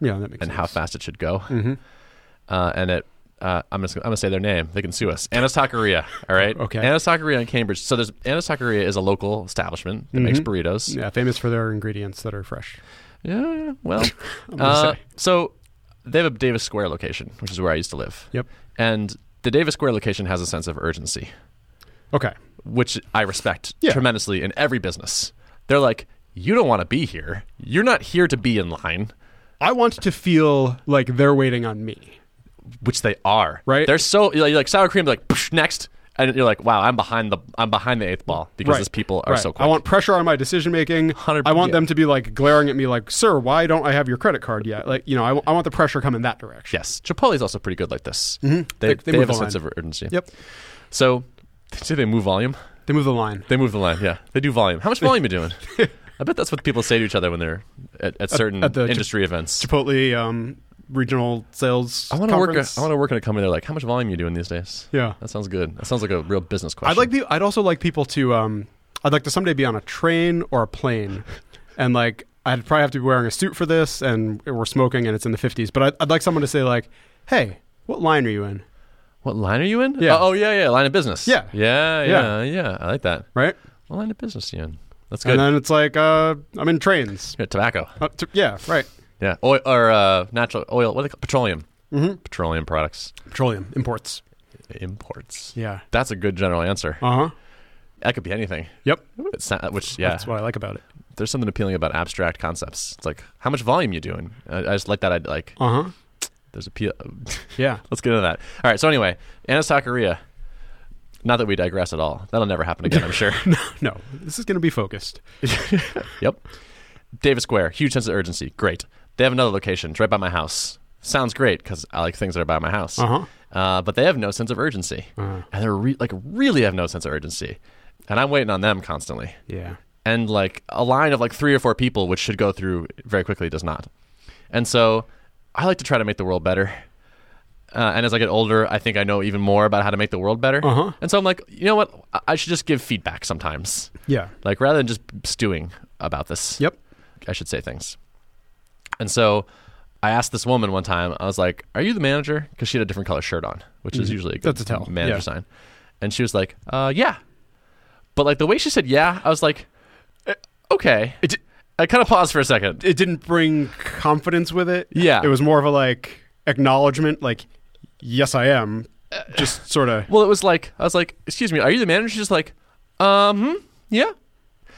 [SPEAKER 2] Yeah, that makes
[SPEAKER 1] and
[SPEAKER 2] sense.
[SPEAKER 1] how fast it should go,
[SPEAKER 2] hmm
[SPEAKER 1] uh, and it. Uh, I'm just I'm gonna say their name. They can sue us. Anna's Taqueria, all right.
[SPEAKER 2] Okay.
[SPEAKER 1] Anna's Taqueria in Cambridge. So there's Anna's Taqueria is a local establishment that makes
[SPEAKER 2] Mhm.
[SPEAKER 1] burritos.
[SPEAKER 2] Yeah, famous for their ingredients that are fresh.
[SPEAKER 1] Yeah, well,
[SPEAKER 2] I'm gonna
[SPEAKER 1] uh,
[SPEAKER 2] say.
[SPEAKER 1] so they have a Davis Square location, which is where I used to live.
[SPEAKER 2] Yep.
[SPEAKER 1] And the Davis Square location has a sense of urgency,
[SPEAKER 2] Okay.
[SPEAKER 1] which I respect
[SPEAKER 2] Yeah.
[SPEAKER 1] tremendously in every business. They're like, you don't want to be here. You're not here to be in line,
[SPEAKER 2] I want to feel like they're waiting on me.
[SPEAKER 1] which they are.
[SPEAKER 2] Right.
[SPEAKER 1] They're so you're like, you're like sour cream. They're like Psh, next, and you're like, wow, I'm behind the I'm behind the eighth ball because
[SPEAKER 2] Right.
[SPEAKER 1] these people are
[SPEAKER 2] Right.
[SPEAKER 1] so quick.
[SPEAKER 2] I want pressure on my decision making.
[SPEAKER 1] Hundred-
[SPEAKER 2] I want
[SPEAKER 1] yeah.
[SPEAKER 2] them to be like glaring at me, like, "Sir, why don't I have your credit card yet?" Like, you know, I, w- I want the pressure coming that direction.
[SPEAKER 1] yes, Chipotle's also pretty good like this.
[SPEAKER 2] They-
[SPEAKER 1] They,
[SPEAKER 2] Mm-hmm. they
[SPEAKER 1] they,
[SPEAKER 2] move
[SPEAKER 1] have a
[SPEAKER 2] the
[SPEAKER 1] sense of urgency.
[SPEAKER 2] Yep.
[SPEAKER 1] So, do they move volume?
[SPEAKER 2] They move the line.
[SPEAKER 1] They move the line. Yeah, they do volume. How much volume are you doing? I bet that's what people say to each other when they're at, at certain
[SPEAKER 2] at the Chip-
[SPEAKER 1] industry events.
[SPEAKER 2] Chipotle um, regional sales.
[SPEAKER 1] I want to work.
[SPEAKER 2] conference.
[SPEAKER 1] I want to work in a company. They're like, how much volume are you doing these days?
[SPEAKER 2] Yeah,
[SPEAKER 1] That sounds good. That sounds like a real business question.
[SPEAKER 2] I'd like. The, I'd also like people to. Um, I'd like to someday be on a train or a plane, and like I'd probably have to be wearing a suit for this, and we're smoking, and it's in the fifties. But I'd, I'd like someone to say like, "Hey, what line are you in?"
[SPEAKER 1] What line are you in?
[SPEAKER 2] Yeah.
[SPEAKER 1] Oh, oh, yeah, yeah. Line of business.
[SPEAKER 2] Yeah.
[SPEAKER 1] Yeah. Yeah.
[SPEAKER 2] Yeah.
[SPEAKER 1] Yeah. I like that.
[SPEAKER 2] Right?
[SPEAKER 1] What line of business are you in? That's
[SPEAKER 2] And
[SPEAKER 1] good.
[SPEAKER 2] then it's like, uh, "I'm in trains."
[SPEAKER 1] Yeah, tobacco.
[SPEAKER 2] Uh, t- yeah, right.
[SPEAKER 1] Yeah. Oil, or uh, natural oil. What are they called? Petroleum.
[SPEAKER 2] Mm-hmm.
[SPEAKER 1] Petroleum products.
[SPEAKER 2] Petroleum imports.
[SPEAKER 1] Imports.
[SPEAKER 2] Yeah.
[SPEAKER 1] That's a good general answer.
[SPEAKER 2] Uh huh.
[SPEAKER 1] That could be anything.
[SPEAKER 2] Yep.
[SPEAKER 1] It's not, which yeah.
[SPEAKER 2] That's what I like about it.
[SPEAKER 1] there's something appealing about abstract concepts. It's like how much volume you doing. I, I just like that. I like
[SPEAKER 2] Uh huh.
[SPEAKER 1] there's a appeal.
[SPEAKER 2] Yeah.
[SPEAKER 1] Let's get into that. All right. So anyway, Anastasia. Not that we digress at all. That'll never happen again. I'm sure.
[SPEAKER 2] No, this is going to be focused.
[SPEAKER 1] yep. Davis Square. Huge sense of urgency. Great. They have another location it's right by my house. Sounds great because I like things that are by my house.
[SPEAKER 2] Uh-huh.
[SPEAKER 1] Uh, but they have no sense of urgency,
[SPEAKER 2] Uh,
[SPEAKER 1] and they're re- like really have no sense of urgency. And I'm waiting on them constantly.
[SPEAKER 2] yeah.
[SPEAKER 1] and like a line of like three or four people, which should go through very quickly, does not. And so, I like to try to make the world better. Uh, and as I get older, I think I know even more about how to make the world better.
[SPEAKER 2] Uh-huh.
[SPEAKER 1] And so I'm like, you know what? I- I should just give feedback sometimes.
[SPEAKER 2] Yeah.
[SPEAKER 1] Like rather than just stewing about this,
[SPEAKER 2] Yep.
[SPEAKER 1] I should say things. And so, I asked this woman one time. I was like, "Are you the manager?" Because she had a different color shirt on, which is
[SPEAKER 2] Mhm.
[SPEAKER 1] usually a good
[SPEAKER 2] That's a tell.
[SPEAKER 1] manager
[SPEAKER 2] Yeah.
[SPEAKER 1] sign. And she was like, uh, "Yeah," but like the way she said "yeah," I was like, eh, "Okay."
[SPEAKER 2] It di-
[SPEAKER 1] I kind of paused for a second.
[SPEAKER 2] It didn't bring confidence with it.
[SPEAKER 1] Yeah.
[SPEAKER 2] It was more of a like acknowledgement, like, yes, I am. Just sort of.
[SPEAKER 1] Well, it was like I was like, "Excuse me, are you the manager?" She's like, "Um, hmm, yeah,"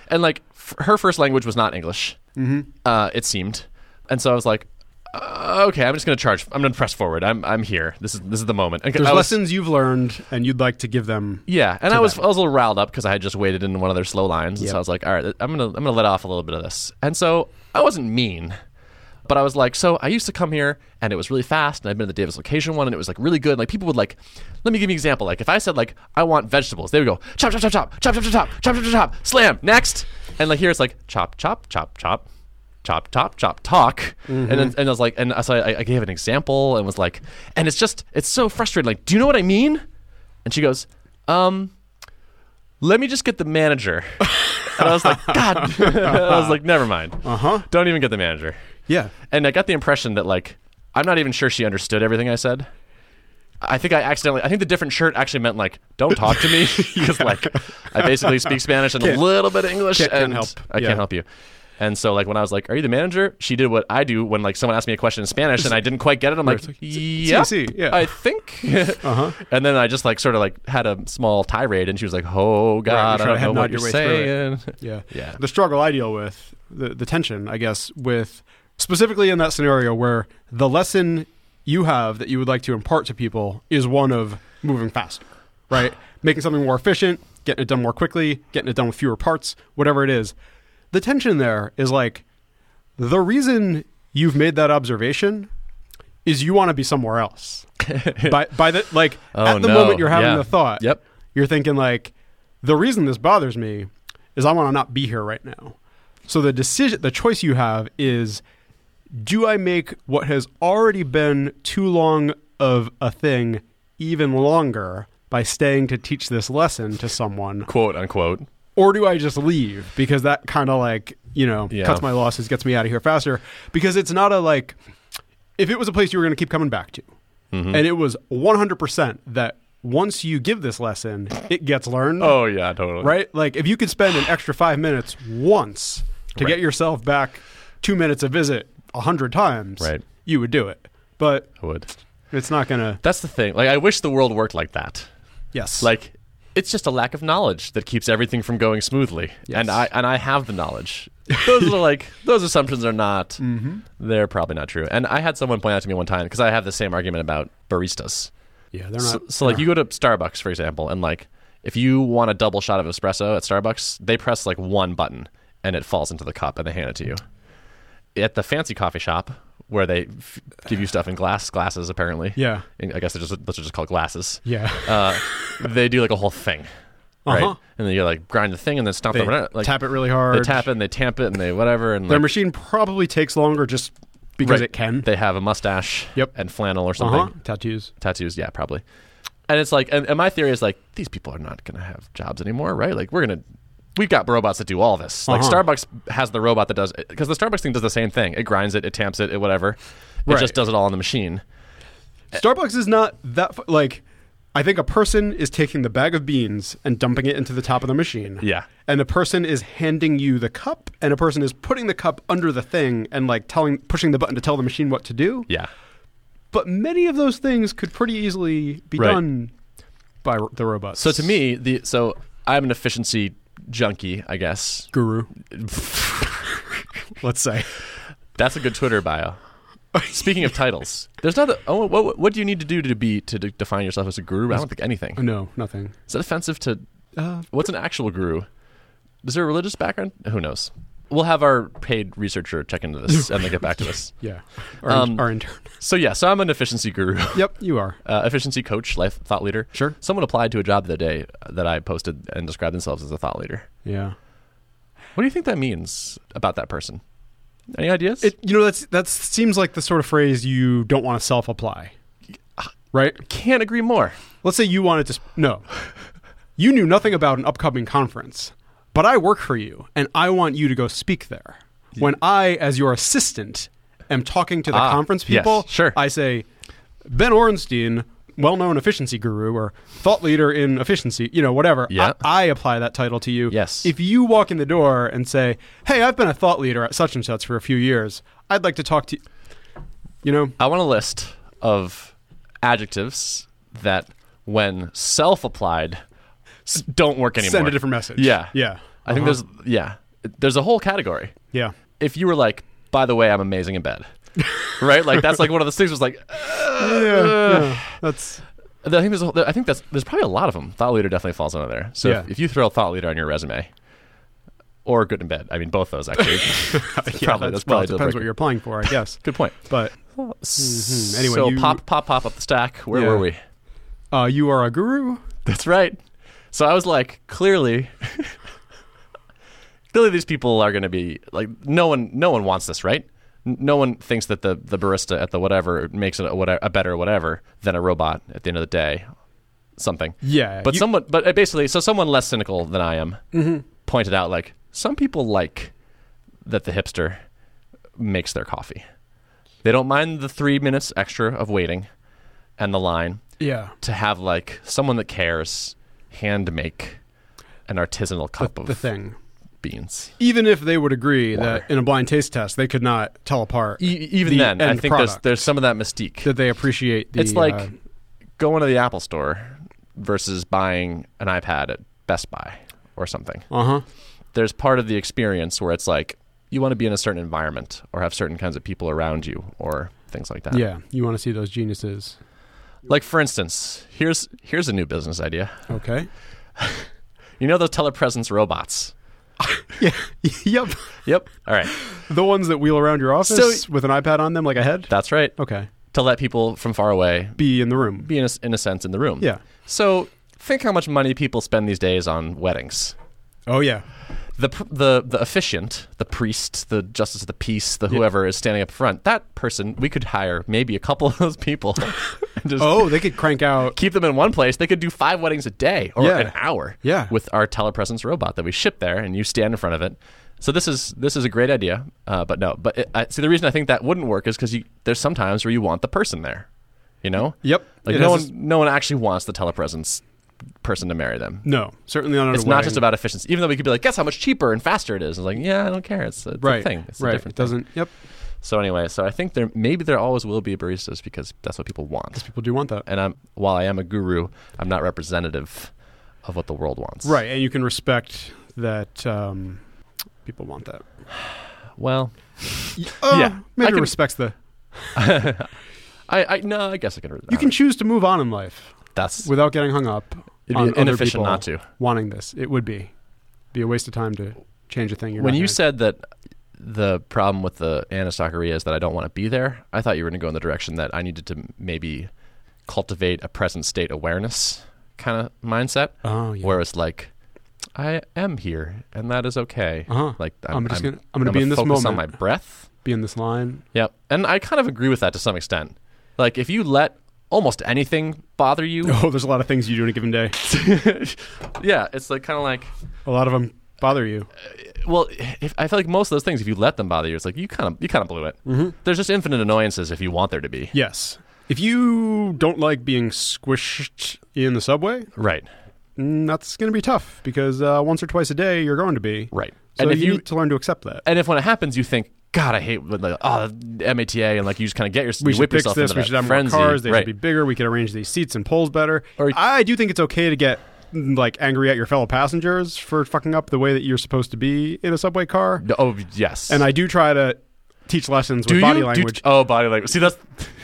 [SPEAKER 1] and like f- her first language was not English.
[SPEAKER 2] Mm-hmm.
[SPEAKER 1] Uh, it seemed, and so I was like, uh, okay, I'm just gonna charge. I'm gonna press forward. I'm I'm here. This is this is the moment. And
[SPEAKER 2] There's
[SPEAKER 1] I was-
[SPEAKER 2] lessons you've learned and you'd like to give them.
[SPEAKER 1] Yeah, and I was I was a little riled up because I had just waited in one of their slow lines, and so I was like, all right, I'm gonna I'm gonna let off a little bit of this. And so I wasn't mean, but I was like, so I used to come here and it was really fast, and I've been to the Davis location one, and it was like really good. Like people would like, let me give you an example. Like if I said like I want vegetables, they would go chop chop chop chop chop chop chop chop chop chop chop slam next, and like here it's like chop chop chop chop chop chop chop talk and then, and i was like and so I, I gave an example and was like and it's just it's so frustrating like do you know what i mean and she goes um let me just get the manager and i was like god i was like never mind uh-huh don't even get the manager
[SPEAKER 2] Yeah.
[SPEAKER 1] and i got the impression that like i'm not even sure she understood everything i said I think I accidentally. I think the different shirt actually meant like, "Don't talk to me," because like, I basically speak Spanish and a little bit of English,
[SPEAKER 2] can't- can't
[SPEAKER 1] and
[SPEAKER 2] help.
[SPEAKER 1] I
[SPEAKER 2] Yeah.
[SPEAKER 1] can't help you. And so, like, when I was like, "Are you the manager?" She did what I do when like someone asked me a question in Spanish and I didn't quite get it. I'm like, "Yeah,
[SPEAKER 2] sí, yeah."
[SPEAKER 1] I think." uh-huh. And then I just like sort of like had a small tirade, and she was like, "Oh God,
[SPEAKER 2] you
[SPEAKER 1] I
[SPEAKER 2] try to
[SPEAKER 1] don't know what
[SPEAKER 2] nod your
[SPEAKER 1] you're
[SPEAKER 2] way through
[SPEAKER 1] saying."
[SPEAKER 2] Yeah.
[SPEAKER 1] Yeah.
[SPEAKER 2] The struggle I deal with, the, the tension, I guess, with specifically in that scenario where the lesson you have that you would like to impart to people is one of moving faster, right? Making something more efficient, getting it done more quickly, getting it done with fewer parts, whatever it is. The tension there is like the reason you've made that observation is you want to be somewhere else. by by the like at the
[SPEAKER 1] Oh, no.
[SPEAKER 2] moment you're having
[SPEAKER 1] Yeah.
[SPEAKER 2] the thought,
[SPEAKER 1] Yep.
[SPEAKER 2] you're thinking like the reason this bothers me is I want to not be here right now. So the decision the choice you have is do I make what has already been too long of a thing even longer by staying to teach this lesson to someone
[SPEAKER 1] Quote unquote.
[SPEAKER 2] or do I just leave because that kind of like you know
[SPEAKER 1] Yeah.
[SPEAKER 2] cuts my losses, gets me out of here faster because it's not a like if it was a place you were going to keep coming back to,
[SPEAKER 1] Mm-hmm.
[SPEAKER 2] and it was one hundred percent that once you give this lesson, it gets learned,
[SPEAKER 1] Oh yeah, totally.
[SPEAKER 2] right? Like if you could spend an extra five minutes once to
[SPEAKER 1] Right.
[SPEAKER 2] get yourself back two minutes a visit a hundred times,
[SPEAKER 1] Right.
[SPEAKER 2] You would do it, but
[SPEAKER 1] I would.
[SPEAKER 2] it's not gonna.
[SPEAKER 1] That's the thing. Like, I wish the world worked like that.
[SPEAKER 2] Yes,
[SPEAKER 1] like it's just a lack of knowledge that keeps everything from going smoothly
[SPEAKER 2] Yes.
[SPEAKER 1] and i and i have the knowledge those are like those assumptions are not
[SPEAKER 2] Mm-hmm.
[SPEAKER 1] they're probably not true and i had someone point out to me one time because i have the same argument about baristas
[SPEAKER 2] yeah, they're not.
[SPEAKER 1] so, so, like you go to starbucks for example and like if you want a double shot of espresso at starbucks they press like one button and it falls into the cup and they hand it to you at the fancy coffee shop where they f- give you stuff in glass glasses apparently
[SPEAKER 2] Yeah.
[SPEAKER 1] And i guess they're just let's just call it glasses
[SPEAKER 2] yeah,
[SPEAKER 1] uh, they do like a whole thing, right?
[SPEAKER 2] Uh-huh.
[SPEAKER 1] And then you like grind the thing and then stomp
[SPEAKER 2] they
[SPEAKER 1] them around. Like,
[SPEAKER 2] tap it really hard.
[SPEAKER 1] They tap it and they tamp it and they whatever. And
[SPEAKER 2] Their
[SPEAKER 1] like,
[SPEAKER 2] machine probably takes longer just because
[SPEAKER 1] right,
[SPEAKER 2] it can.
[SPEAKER 1] They have a mustache
[SPEAKER 2] Yep.
[SPEAKER 1] and flannel or something.
[SPEAKER 2] Uh-huh. Tattoos.
[SPEAKER 1] Tattoos, yeah, probably. And it's like, and, and my theory is like, these people are not going to have jobs anymore, right? Like, we're going to, we've got robots that do all this. Like,
[SPEAKER 2] Uh-huh.
[SPEAKER 1] Starbucks has the robot that does, because the Starbucks thing does the same thing. It grinds it, it tamps it, it whatever. It
[SPEAKER 2] Right.
[SPEAKER 1] just does it all on the machine.
[SPEAKER 2] Eh. Starbucks is not that fu- like. I think a person is taking the bag of beans and dumping it into the top of the machine.
[SPEAKER 1] Yeah.
[SPEAKER 2] And a person is handing you the cup, and a person is putting the cup under the thing and like telling, pushing the button to tell the machine what to do.
[SPEAKER 1] Yeah.
[SPEAKER 2] But many of those things could pretty easily be
[SPEAKER 1] Right.
[SPEAKER 2] done by ro- the robots.
[SPEAKER 1] So to me, the, so I'm an efficiency junkie, I guess.
[SPEAKER 2] guru, let's say.
[SPEAKER 1] That's a good Twitter bio. Speaking of titles, there's not. A, oh, what, what do you need to do to be to de- define yourself as a guru? I don't think anything.
[SPEAKER 2] No, nothing.
[SPEAKER 1] Is that offensive to?
[SPEAKER 2] Uh,
[SPEAKER 1] What's an actual guru? Is there a religious background? Who knows? We'll have our paid researcher check into this and then get back to us.
[SPEAKER 2] yeah. Our,
[SPEAKER 1] Um,
[SPEAKER 2] our intern.
[SPEAKER 1] So yeah, so I'm an efficiency guru,
[SPEAKER 2] Yep, you are.
[SPEAKER 1] uh, efficiency coach, life thought leader.
[SPEAKER 2] Sure.
[SPEAKER 1] Someone applied to a job the other day that I posted and described themselves as a thought leader.
[SPEAKER 2] Yeah.
[SPEAKER 1] What do you think that means about that person? Any ideas?
[SPEAKER 2] It you know that's that seems like the sort of phrase you don't want to self apply, right?
[SPEAKER 1] can't agree more.
[SPEAKER 2] Let's say you wanted to sp- no, you knew nothing about an upcoming conference, but I work for you and I want you to go speak there. When I, as your assistant, am talking to the
[SPEAKER 1] Ah,
[SPEAKER 2] conference
[SPEAKER 1] yes,
[SPEAKER 2] people,
[SPEAKER 1] sure.
[SPEAKER 2] I say Ben Orenstein, well-known efficiency guru or thought leader in efficiency, you know, whatever.
[SPEAKER 1] Yeah.
[SPEAKER 2] I, I apply that title to you.
[SPEAKER 1] Yes.
[SPEAKER 2] If you walk in the door and say, "Hey, I've been a thought leader at such and such for a few years. I'd like to talk to," you know,
[SPEAKER 1] I want a list of adjectives that, when self applied, s- don't work anymore.
[SPEAKER 2] send a different message.
[SPEAKER 1] Yeah.
[SPEAKER 2] yeah.
[SPEAKER 1] I think
[SPEAKER 2] Uh-huh.
[SPEAKER 1] there's, yeah, there's a whole category.
[SPEAKER 2] yeah.
[SPEAKER 1] If you were like, by the way, I'm amazing in bed, right? Like that's like one of the things was like uh,
[SPEAKER 2] Yeah, yeah. That's
[SPEAKER 1] I think there's a whole- I think that's there's probably a lot of them. Thought leader definitely falls under there. So
[SPEAKER 2] Yeah.
[SPEAKER 1] if, if you throw thought leader on your resume, or good and bad, I mean both those actually. that's probably
[SPEAKER 2] yeah, that's,
[SPEAKER 1] that's
[SPEAKER 2] well,
[SPEAKER 1] probably
[SPEAKER 2] it
[SPEAKER 1] a deal
[SPEAKER 2] depends
[SPEAKER 1] breaker.
[SPEAKER 2] what you're applying for, I guess.
[SPEAKER 1] Good point.
[SPEAKER 2] But Anyway,
[SPEAKER 1] so
[SPEAKER 2] you-
[SPEAKER 1] pop pop pop up the stack. Where
[SPEAKER 2] Yeah.
[SPEAKER 1] were we?
[SPEAKER 2] uh, you are a guru.
[SPEAKER 1] That's right. So I was like, clearly, clearly these people are going to be like, no one, no one wants this, right? N- No one thinks that the, the barista at the whatever makes it a, whatever, a better whatever than a robot at the end of the day, something.
[SPEAKER 2] Yeah,
[SPEAKER 1] But
[SPEAKER 2] you-
[SPEAKER 1] someone, but uh, basically, so someone less cynical than I am pointed out, like, some people like that the hipster makes their coffee. They don't mind the three minutes extra of waiting and the line
[SPEAKER 2] Yeah,
[SPEAKER 1] to have like someone that cares hand make an artisanal cup
[SPEAKER 2] the
[SPEAKER 1] of
[SPEAKER 2] thing.
[SPEAKER 1] beans.
[SPEAKER 2] Even if they would agree
[SPEAKER 1] Water.
[SPEAKER 2] that in a blind taste test they could not tell apart
[SPEAKER 1] E- even
[SPEAKER 2] the
[SPEAKER 1] then, I
[SPEAKER 2] end
[SPEAKER 1] think there's
[SPEAKER 2] product.
[SPEAKER 1] there's some of that mystique.
[SPEAKER 2] that they appreciate the.
[SPEAKER 1] it's like
[SPEAKER 2] uh,
[SPEAKER 1] going to the Apple store versus buying an iPad at Best Buy or something.
[SPEAKER 2] uh-huh.
[SPEAKER 1] There's part of the experience where it's like you want to be in a certain environment or have certain kinds of people around you or things like that.
[SPEAKER 2] Yeah, you want to see those geniuses.
[SPEAKER 1] Like for instance, here's here's a new business idea.
[SPEAKER 2] Okay.
[SPEAKER 1] You know those telepresence robots?
[SPEAKER 2] Yeah. yep.
[SPEAKER 1] Yep. All right.
[SPEAKER 2] The ones that wheel around your office
[SPEAKER 1] So-
[SPEAKER 2] with an iPad on them, like a head.
[SPEAKER 1] That's right.
[SPEAKER 2] Okay.
[SPEAKER 1] To let people from far away
[SPEAKER 2] Be in the room.
[SPEAKER 1] be in a, in a sense in the room.
[SPEAKER 2] Yeah.
[SPEAKER 1] So think how much money people spend these days on weddings.
[SPEAKER 2] Oh yeah.
[SPEAKER 1] The pr- the the officiant, the priest, the justice of the peace, the whoever is standing up front. That person we could hire maybe a couple of those people. and just
[SPEAKER 2] Oh, they could crank out.
[SPEAKER 1] Keep them in one place. They could do five weddings a day or
[SPEAKER 2] Yeah.
[SPEAKER 1] an hour.
[SPEAKER 2] Yeah.
[SPEAKER 1] With our telepresence robot that we ship there, and you stand in front of it. So this is this is a great idea, uh, but no. But it, I, see, the reason I think that wouldn't work is because there's sometimes where you want the person there, you know.
[SPEAKER 2] Yep.
[SPEAKER 1] Like
[SPEAKER 2] It
[SPEAKER 1] no one,
[SPEAKER 2] has
[SPEAKER 1] no one actually wants the telepresence person to marry them.
[SPEAKER 2] No, certainly not. at a
[SPEAKER 1] It's not
[SPEAKER 2] wedding.
[SPEAKER 1] just about efficiency, even though we could be like, guess how much cheaper and faster it is. It's like, yeah, I don't care. It's a, it's a
[SPEAKER 2] right
[SPEAKER 1] thing. It's
[SPEAKER 2] right.
[SPEAKER 1] a different
[SPEAKER 2] it doesn't. Yep.
[SPEAKER 1] thing. So anyway, so I think there maybe there always will be baristas because that's what people want.
[SPEAKER 2] People do want that.
[SPEAKER 1] And I'm while I am a guru, I'm not representative of what the world wants.
[SPEAKER 2] Right, and you can respect that um, people want that.
[SPEAKER 1] Well,
[SPEAKER 2] yeah,
[SPEAKER 1] Yeah,
[SPEAKER 2] Uh, maybe
[SPEAKER 1] I can-
[SPEAKER 2] respects the.
[SPEAKER 1] I, I no, I guess I can. I
[SPEAKER 2] You
[SPEAKER 1] don't-
[SPEAKER 2] can choose to move on in life
[SPEAKER 1] That's
[SPEAKER 2] without getting hung up
[SPEAKER 1] it'd
[SPEAKER 2] on
[SPEAKER 1] be
[SPEAKER 2] other
[SPEAKER 1] inefficient
[SPEAKER 2] people
[SPEAKER 1] not to.
[SPEAKER 2] wanting this. It would be be a waste of time to change a thing. You're
[SPEAKER 1] When
[SPEAKER 2] not
[SPEAKER 1] you
[SPEAKER 2] gonna-
[SPEAKER 1] said that the problem with the anastacaria is that I don't want to be there, I thought you were going to go in the direction that I needed to maybe cultivate a present state awareness kind of mindset,
[SPEAKER 2] oh yeah,
[SPEAKER 1] where it's like, I am here and that is okay.
[SPEAKER 2] Uh-huh.
[SPEAKER 1] Like
[SPEAKER 2] I'm, just gonna I'm gonna
[SPEAKER 1] I'm
[SPEAKER 2] be in this
[SPEAKER 1] focus
[SPEAKER 2] moment,
[SPEAKER 1] on my breath.
[SPEAKER 2] be in this line.
[SPEAKER 1] Yep, and I kind of agree with that to some extent. Like if you let almost anything bother you,
[SPEAKER 2] Oh, there's a lot of things you do in a given day.
[SPEAKER 1] yeah, it's like kind of like
[SPEAKER 2] A lot of them bother you.
[SPEAKER 1] well, if, I feel like most of those things, if you let them bother you, it's like you kind of you kind of blew it.
[SPEAKER 2] Mm-hmm.
[SPEAKER 1] There's just infinite annoyances if you want there to be.
[SPEAKER 2] Yes, if you don't like being squished in the subway,
[SPEAKER 1] Right,
[SPEAKER 2] mm, that's going to be tough because uh, once or twice a day you're going to be
[SPEAKER 1] right.
[SPEAKER 2] So
[SPEAKER 1] and if
[SPEAKER 2] you,
[SPEAKER 1] you,
[SPEAKER 2] need to learn to accept that.
[SPEAKER 1] and if when it happens, you think, God, I hate when like oh MATA, and like you just kind of get your
[SPEAKER 2] we
[SPEAKER 1] you
[SPEAKER 2] should
[SPEAKER 1] whip
[SPEAKER 2] fix
[SPEAKER 1] yourself
[SPEAKER 2] this.
[SPEAKER 1] into
[SPEAKER 2] We
[SPEAKER 1] that
[SPEAKER 2] should have
[SPEAKER 1] frenzy.
[SPEAKER 2] more cars. They
[SPEAKER 1] right.
[SPEAKER 2] should be bigger. We could arrange these seats and poles better.
[SPEAKER 1] Or-
[SPEAKER 2] I do think it's okay to get mm, like angry at your fellow passengers for fucking up the way that you're supposed to be in a subway car.
[SPEAKER 1] No, oh yes,
[SPEAKER 2] And I do try to teach lessons
[SPEAKER 1] do
[SPEAKER 2] with
[SPEAKER 1] you
[SPEAKER 2] body
[SPEAKER 1] Do-
[SPEAKER 2] language.
[SPEAKER 1] oh, body language. See, that's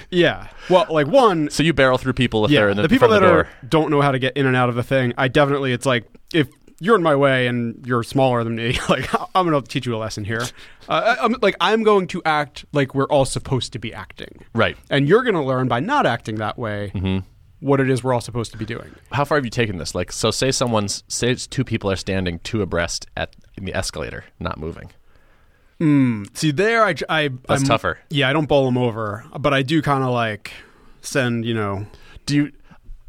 [SPEAKER 2] yeah. Well, like one.
[SPEAKER 1] so you barrel through people if
[SPEAKER 2] Yeah,
[SPEAKER 1] they're in
[SPEAKER 2] the,
[SPEAKER 1] the,
[SPEAKER 2] people
[SPEAKER 1] front
[SPEAKER 2] that
[SPEAKER 1] of the
[SPEAKER 2] are
[SPEAKER 1] door.
[SPEAKER 2] don't know how to get in and out of the thing. I definitely, it's like if you're in my way and you're smaller than me, like I'm gonna teach you a lesson here. Uh, I, I'm like I'm going to act like we're all supposed to be acting.
[SPEAKER 1] Right.
[SPEAKER 2] and you're going to learn by not acting that way
[SPEAKER 1] Mm-hmm.
[SPEAKER 2] what it is we're all supposed to be doing.
[SPEAKER 1] How far have you taken this? Like, so say someone's say it's two people are standing two abreast at in the escalator, not moving.
[SPEAKER 2] See, there, I, j- I
[SPEAKER 1] That's
[SPEAKER 2] I'm-
[SPEAKER 1] tougher.
[SPEAKER 2] Yeah, I don't bowl them over, but I do kind of like send you know.
[SPEAKER 1] do you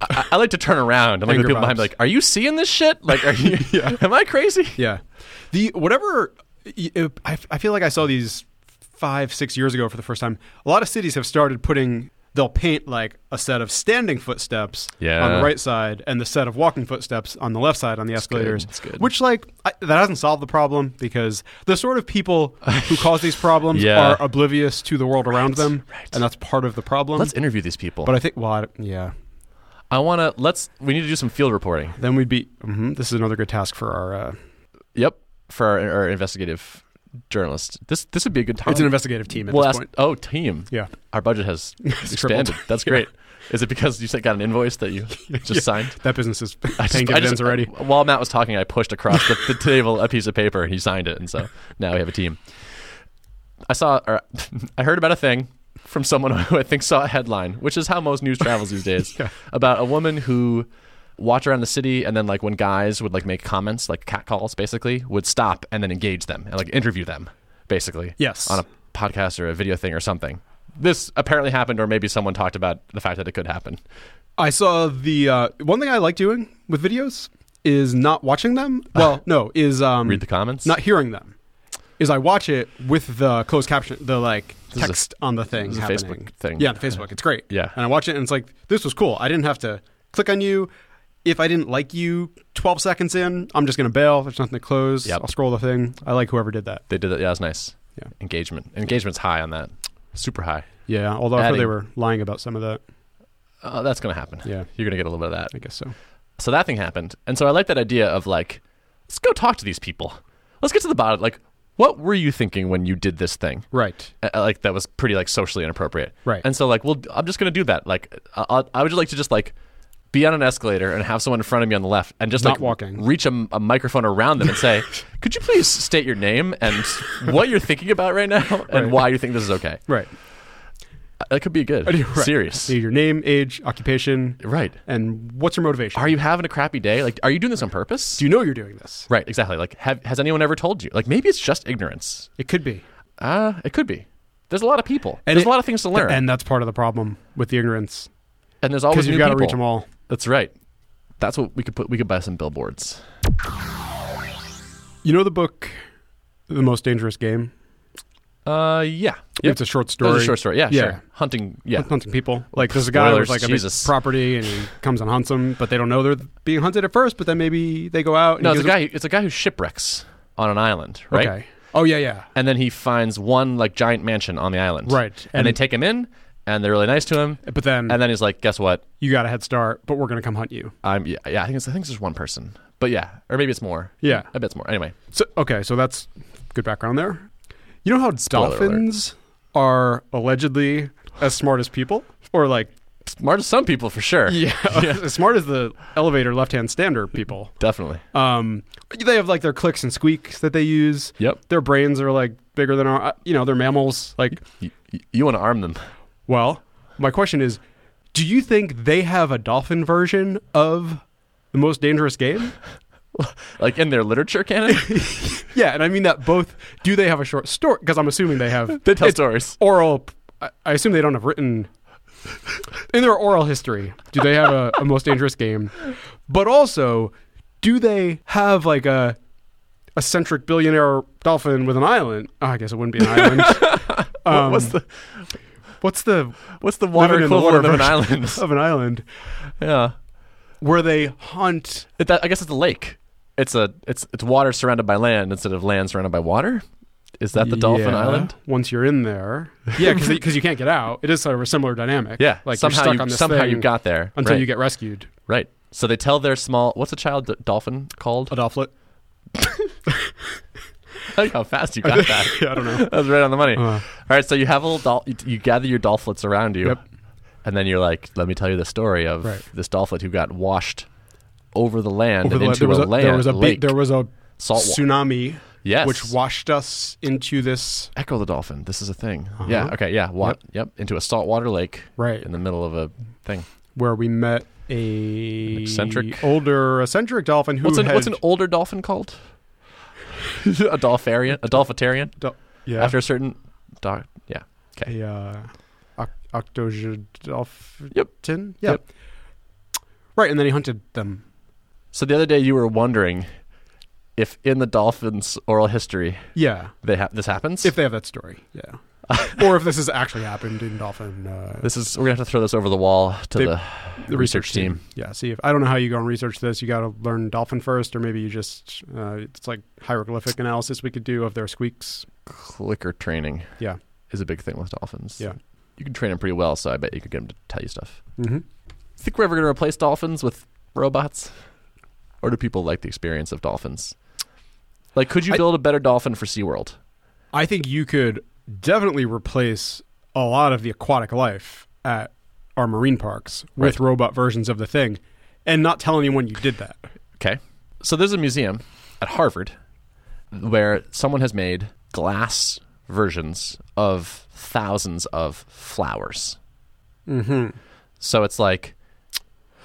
[SPEAKER 1] I, I like to turn around. I'm like
[SPEAKER 2] Anger
[SPEAKER 1] the people behind me,
[SPEAKER 2] vibes.
[SPEAKER 1] like, are you seeing this shit? Like, are you? Am I crazy?
[SPEAKER 2] Yeah, the whatever. y- y- I, I feel like I saw these five six years ago for the first time. A lot of cities have started putting. They'll paint like a set of standing footsteps on the
[SPEAKER 1] Yeah.
[SPEAKER 2] right side and the set of walking footsteps on the left side on the
[SPEAKER 1] good.
[SPEAKER 2] escalators.
[SPEAKER 1] That's good.
[SPEAKER 2] Which, like, I, that hasn't solved the problem because the sort of people who cause these problems
[SPEAKER 1] Yeah.
[SPEAKER 2] are oblivious to the world around them,
[SPEAKER 1] right.
[SPEAKER 2] and that's part of the problem.
[SPEAKER 1] Let's interview these people.
[SPEAKER 2] but
[SPEAKER 1] But
[SPEAKER 2] I think, well, I, yeah,
[SPEAKER 1] I, want to. Let's. We need to do some field reporting.
[SPEAKER 2] mm-hmm, then we'd be. mhm, this is another good task for our. Uh,
[SPEAKER 1] Yep. For our, our investigative journalist. This this would be a good time.
[SPEAKER 2] It's an investigative team at
[SPEAKER 1] We'll
[SPEAKER 2] this
[SPEAKER 1] ask.
[SPEAKER 2] point.
[SPEAKER 1] Oh, team.
[SPEAKER 2] Yeah.
[SPEAKER 1] Our budget has
[SPEAKER 2] tripled.
[SPEAKER 1] expanded. That's great. Is it because you said got an invoice that you just signed?
[SPEAKER 2] That business is
[SPEAKER 1] I just-
[SPEAKER 2] paying
[SPEAKER 1] I just- uh,
[SPEAKER 2] dividends already.
[SPEAKER 1] While Matt was talking, I pushed across the, the table a piece of paper, and he signed it, and so now we have a team. I saw, or I heard about a thing from someone who I think saw a headline, which is how most news travels these days,
[SPEAKER 2] Yeah.
[SPEAKER 1] about a woman who walked around the city, and then like when guys would like make comments, like catcalls, basically, would stop and then engage them and like interview them, basically.
[SPEAKER 2] Yes.
[SPEAKER 1] On a podcast or a video thing or something. This apparently happened, or maybe someone talked about the fact that it could happen.
[SPEAKER 2] I saw the uh, one thing I like doing with videos is not watching them. Well, no, is um,
[SPEAKER 1] Uh, Read the comments.
[SPEAKER 2] not hearing them. Is I watch it with the closed caption, the like
[SPEAKER 1] is a-
[SPEAKER 2] text on the thing
[SPEAKER 1] this is a
[SPEAKER 2] happening.
[SPEAKER 1] Facebook thing.
[SPEAKER 2] Yeah, the Facebook. It's great.
[SPEAKER 1] Yeah.
[SPEAKER 2] and I watch it and it's like this was cool. I didn't have to click on you. If I didn't like you, twelve seconds in, I'm just gonna bail. There's nothing to close.
[SPEAKER 1] Yep.
[SPEAKER 2] I'll scroll the thing. I like whoever did that.
[SPEAKER 1] They did that. Yeah, it was nice.
[SPEAKER 2] Yeah.
[SPEAKER 1] Engagement. Engagement's high on that. Super high.
[SPEAKER 2] Yeah, although I thought they
[SPEAKER 1] Adding-
[SPEAKER 2] were lying about some of that.
[SPEAKER 1] Oh, that's going to happen.
[SPEAKER 2] Yeah.
[SPEAKER 1] You're going to get a little bit of that.
[SPEAKER 2] I guess so.
[SPEAKER 1] So that thing happened. And so I like that idea of like, let's go talk to these people. Let's get to the bottom. Like, what were you thinking when you did this thing?
[SPEAKER 2] Right.
[SPEAKER 1] Uh, like that was pretty like socially inappropriate.
[SPEAKER 2] Right.
[SPEAKER 1] And so like, well, I'm just going to do that. Like, I, I- I would just like to just like be on an escalator and have someone in front of me on the left and just
[SPEAKER 2] Not
[SPEAKER 1] like
[SPEAKER 2] walking.
[SPEAKER 1] reach a, a microphone around them and say, could you please state your name and what you're thinking about right now and
[SPEAKER 2] Right.
[SPEAKER 1] why you think this is okay?
[SPEAKER 2] Right.
[SPEAKER 1] That could be good.
[SPEAKER 2] Right.
[SPEAKER 1] Serious.
[SPEAKER 2] Your name, age, occupation,
[SPEAKER 1] Right.
[SPEAKER 2] and what's your motivation?
[SPEAKER 1] Are you having a crappy day? Like, are you doing this on purpose?
[SPEAKER 2] Do you know you're doing this?
[SPEAKER 1] right. Exactly. Like, have, has anyone ever told you? Like, maybe it's just ignorance.
[SPEAKER 2] It could be.
[SPEAKER 1] Uh, it could be. There's a lot of people.
[SPEAKER 2] And
[SPEAKER 1] there's
[SPEAKER 2] it-
[SPEAKER 1] a lot of things to learn. And,
[SPEAKER 2] And that's part of the problem with the ignorance
[SPEAKER 1] there's always
[SPEAKER 2] because
[SPEAKER 1] Oh, new
[SPEAKER 2] you've got to
[SPEAKER 1] people.
[SPEAKER 2] reach them all.
[SPEAKER 1] That's right. That's what we could put. We could buy some billboards.
[SPEAKER 2] You know the book, The Most Dangerous Game.
[SPEAKER 1] Uh, yeah. Yep.
[SPEAKER 2] It's a short
[SPEAKER 1] That
[SPEAKER 2] story.
[SPEAKER 1] was a short story. Yeah.
[SPEAKER 2] Yeah.
[SPEAKER 1] Sure. Hunting. Yeah.
[SPEAKER 2] Hunting people. Like there's a guy
[SPEAKER 1] Spoilers,
[SPEAKER 2] with like a big
[SPEAKER 1] Jesus.
[SPEAKER 2] property and he comes and hunts them, but they don't know they're being hunted at first. But then maybe they go out. And
[SPEAKER 1] No,
[SPEAKER 2] he
[SPEAKER 1] it's a
[SPEAKER 2] gives
[SPEAKER 1] guy. It's a guy who shipwrecks on an island,
[SPEAKER 2] them-
[SPEAKER 1] right?
[SPEAKER 2] Okay. Oh yeah, yeah.
[SPEAKER 1] And then he finds one like giant mansion on the island,
[SPEAKER 2] Right.
[SPEAKER 1] And, they
[SPEAKER 2] And- Mm.
[SPEAKER 1] take him in, and they're really nice to him.
[SPEAKER 2] But then
[SPEAKER 1] And then he's like, "Guess what?
[SPEAKER 2] you got a head start. But we're gonna come hunt you.
[SPEAKER 1] I'm yeah, yeah I think it's I think it's just one person, but yeah, or maybe it's more.
[SPEAKER 2] Yeah.
[SPEAKER 1] I bet it's more. Anyway,
[SPEAKER 2] So okay, so that's good background there. You know how
[SPEAKER 1] Spoiler alert.
[SPEAKER 2] dolphins are allegedly as smart as people, or like
[SPEAKER 1] smart as some people for sure.
[SPEAKER 2] yeah, as smart as the elevator left-hand stander people.
[SPEAKER 1] definitely.
[SPEAKER 2] Um, they have like their clicks and squeaks that they use.
[SPEAKER 1] Yep.
[SPEAKER 2] Their brains are like bigger than our, uh, you know, they're mammals. Like,
[SPEAKER 1] You, you want to arm them?
[SPEAKER 2] well, my question is, do you think they have a dolphin version of the most dangerous game?
[SPEAKER 1] Like in their literature canon,
[SPEAKER 2] yeah, and I mean that both. Do they have a short story? Because I'm assuming they have.
[SPEAKER 1] they tell
[SPEAKER 2] it's
[SPEAKER 1] stories.
[SPEAKER 2] oral. I I assume they don't have written in their oral history. Do they have a, a most dangerous game? But also, do they have like a eccentric billionaire dolphin with an island? Oh, I guess it wouldn't be an island. Um,
[SPEAKER 1] what's the
[SPEAKER 2] what's the
[SPEAKER 1] what's the water
[SPEAKER 2] Living in the
[SPEAKER 1] equivalent
[SPEAKER 2] water
[SPEAKER 1] of an island?
[SPEAKER 2] of an island
[SPEAKER 1] yeah,
[SPEAKER 2] where they hunt?
[SPEAKER 1] It- that- I guess it's a lake. It's a it's it's water surrounded by land instead of land surrounded by water. Is that the dolphin
[SPEAKER 2] Yeah,
[SPEAKER 1] island?
[SPEAKER 2] Once you're in there, yeah, because you can't get out. It is sort of a similar dynamic.
[SPEAKER 1] Yeah,
[SPEAKER 2] like
[SPEAKER 1] somehow
[SPEAKER 2] you're stuck
[SPEAKER 1] you
[SPEAKER 2] on this
[SPEAKER 1] somehow
[SPEAKER 2] thing
[SPEAKER 1] you got there
[SPEAKER 2] until
[SPEAKER 1] right.
[SPEAKER 2] you get rescued.
[SPEAKER 1] right. So they tell their small. What's a child d- dolphin called?
[SPEAKER 2] A dolphin.
[SPEAKER 1] I like how fast you got that.
[SPEAKER 2] Yeah, I don't know.
[SPEAKER 1] That was right on the money.
[SPEAKER 2] Uh.
[SPEAKER 1] All right, so you have a little doll. You, you gather your dolphlets around you,
[SPEAKER 2] Yep.
[SPEAKER 1] and then you're like, "Let me tell you the story of
[SPEAKER 2] Right.
[SPEAKER 1] this dolphet who got washed over the land
[SPEAKER 2] Over
[SPEAKER 1] and into
[SPEAKER 2] the land.
[SPEAKER 1] a,
[SPEAKER 2] There was
[SPEAKER 1] land
[SPEAKER 2] there was a big-
[SPEAKER 1] lake.
[SPEAKER 2] there was a
[SPEAKER 1] salt wa-
[SPEAKER 2] tsunami
[SPEAKER 1] yes,
[SPEAKER 2] which washed us into this
[SPEAKER 1] Echo the dolphin. This is a thing. Yeah.
[SPEAKER 2] Uh-huh.
[SPEAKER 1] Okay. Yeah. Wa- yep. Into a saltwater lake
[SPEAKER 2] right
[SPEAKER 1] in the middle of a thing.
[SPEAKER 2] where we met a
[SPEAKER 1] eccentric-
[SPEAKER 2] older eccentric dolphin who
[SPEAKER 1] What's an,
[SPEAKER 2] had,
[SPEAKER 1] what's an older dolphin called? a dolpharian, a dolphetarian.
[SPEAKER 2] do- yeah
[SPEAKER 1] After a certain, doc- yeah.
[SPEAKER 2] a uh, oc- octogedolphin
[SPEAKER 1] Yep.
[SPEAKER 2] yeah
[SPEAKER 1] Yep.
[SPEAKER 2] right and then he hunted them
[SPEAKER 1] So the other day you were wondering if in the dolphin's oral history
[SPEAKER 2] yeah
[SPEAKER 1] they ha- this happens.
[SPEAKER 2] if they have that story yeah or if this has actually happened in dolphin uh,
[SPEAKER 1] This is we're gonna have to throw this over the wall to
[SPEAKER 2] They-
[SPEAKER 1] the
[SPEAKER 2] the
[SPEAKER 1] research team.
[SPEAKER 2] yeah see if i don't know how you go and research this you got to learn dolphin first or maybe you just uh, it's like hieroglyphic analysis we could do of their squeaks
[SPEAKER 1] clicker training.
[SPEAKER 2] Yeah.
[SPEAKER 1] is a big thing with dolphins.
[SPEAKER 2] Yeah.
[SPEAKER 1] you can train them pretty well, so I bet you could get them to tell you stuff.
[SPEAKER 2] mm-hmm.
[SPEAKER 1] Think we're ever gonna replace dolphins with robots, or do people like the experience of dolphins? Like, could you
[SPEAKER 2] I-
[SPEAKER 1] build a better dolphin for SeaWorld?
[SPEAKER 2] I think you could definitely replace a lot of the aquatic life at our marine parks with robot versions of the thing and not tell anyone you did that.
[SPEAKER 1] Okay. So there's a museum at Harvard where someone has made glass versions of thousands of flowers. Mm-hmm. So it's like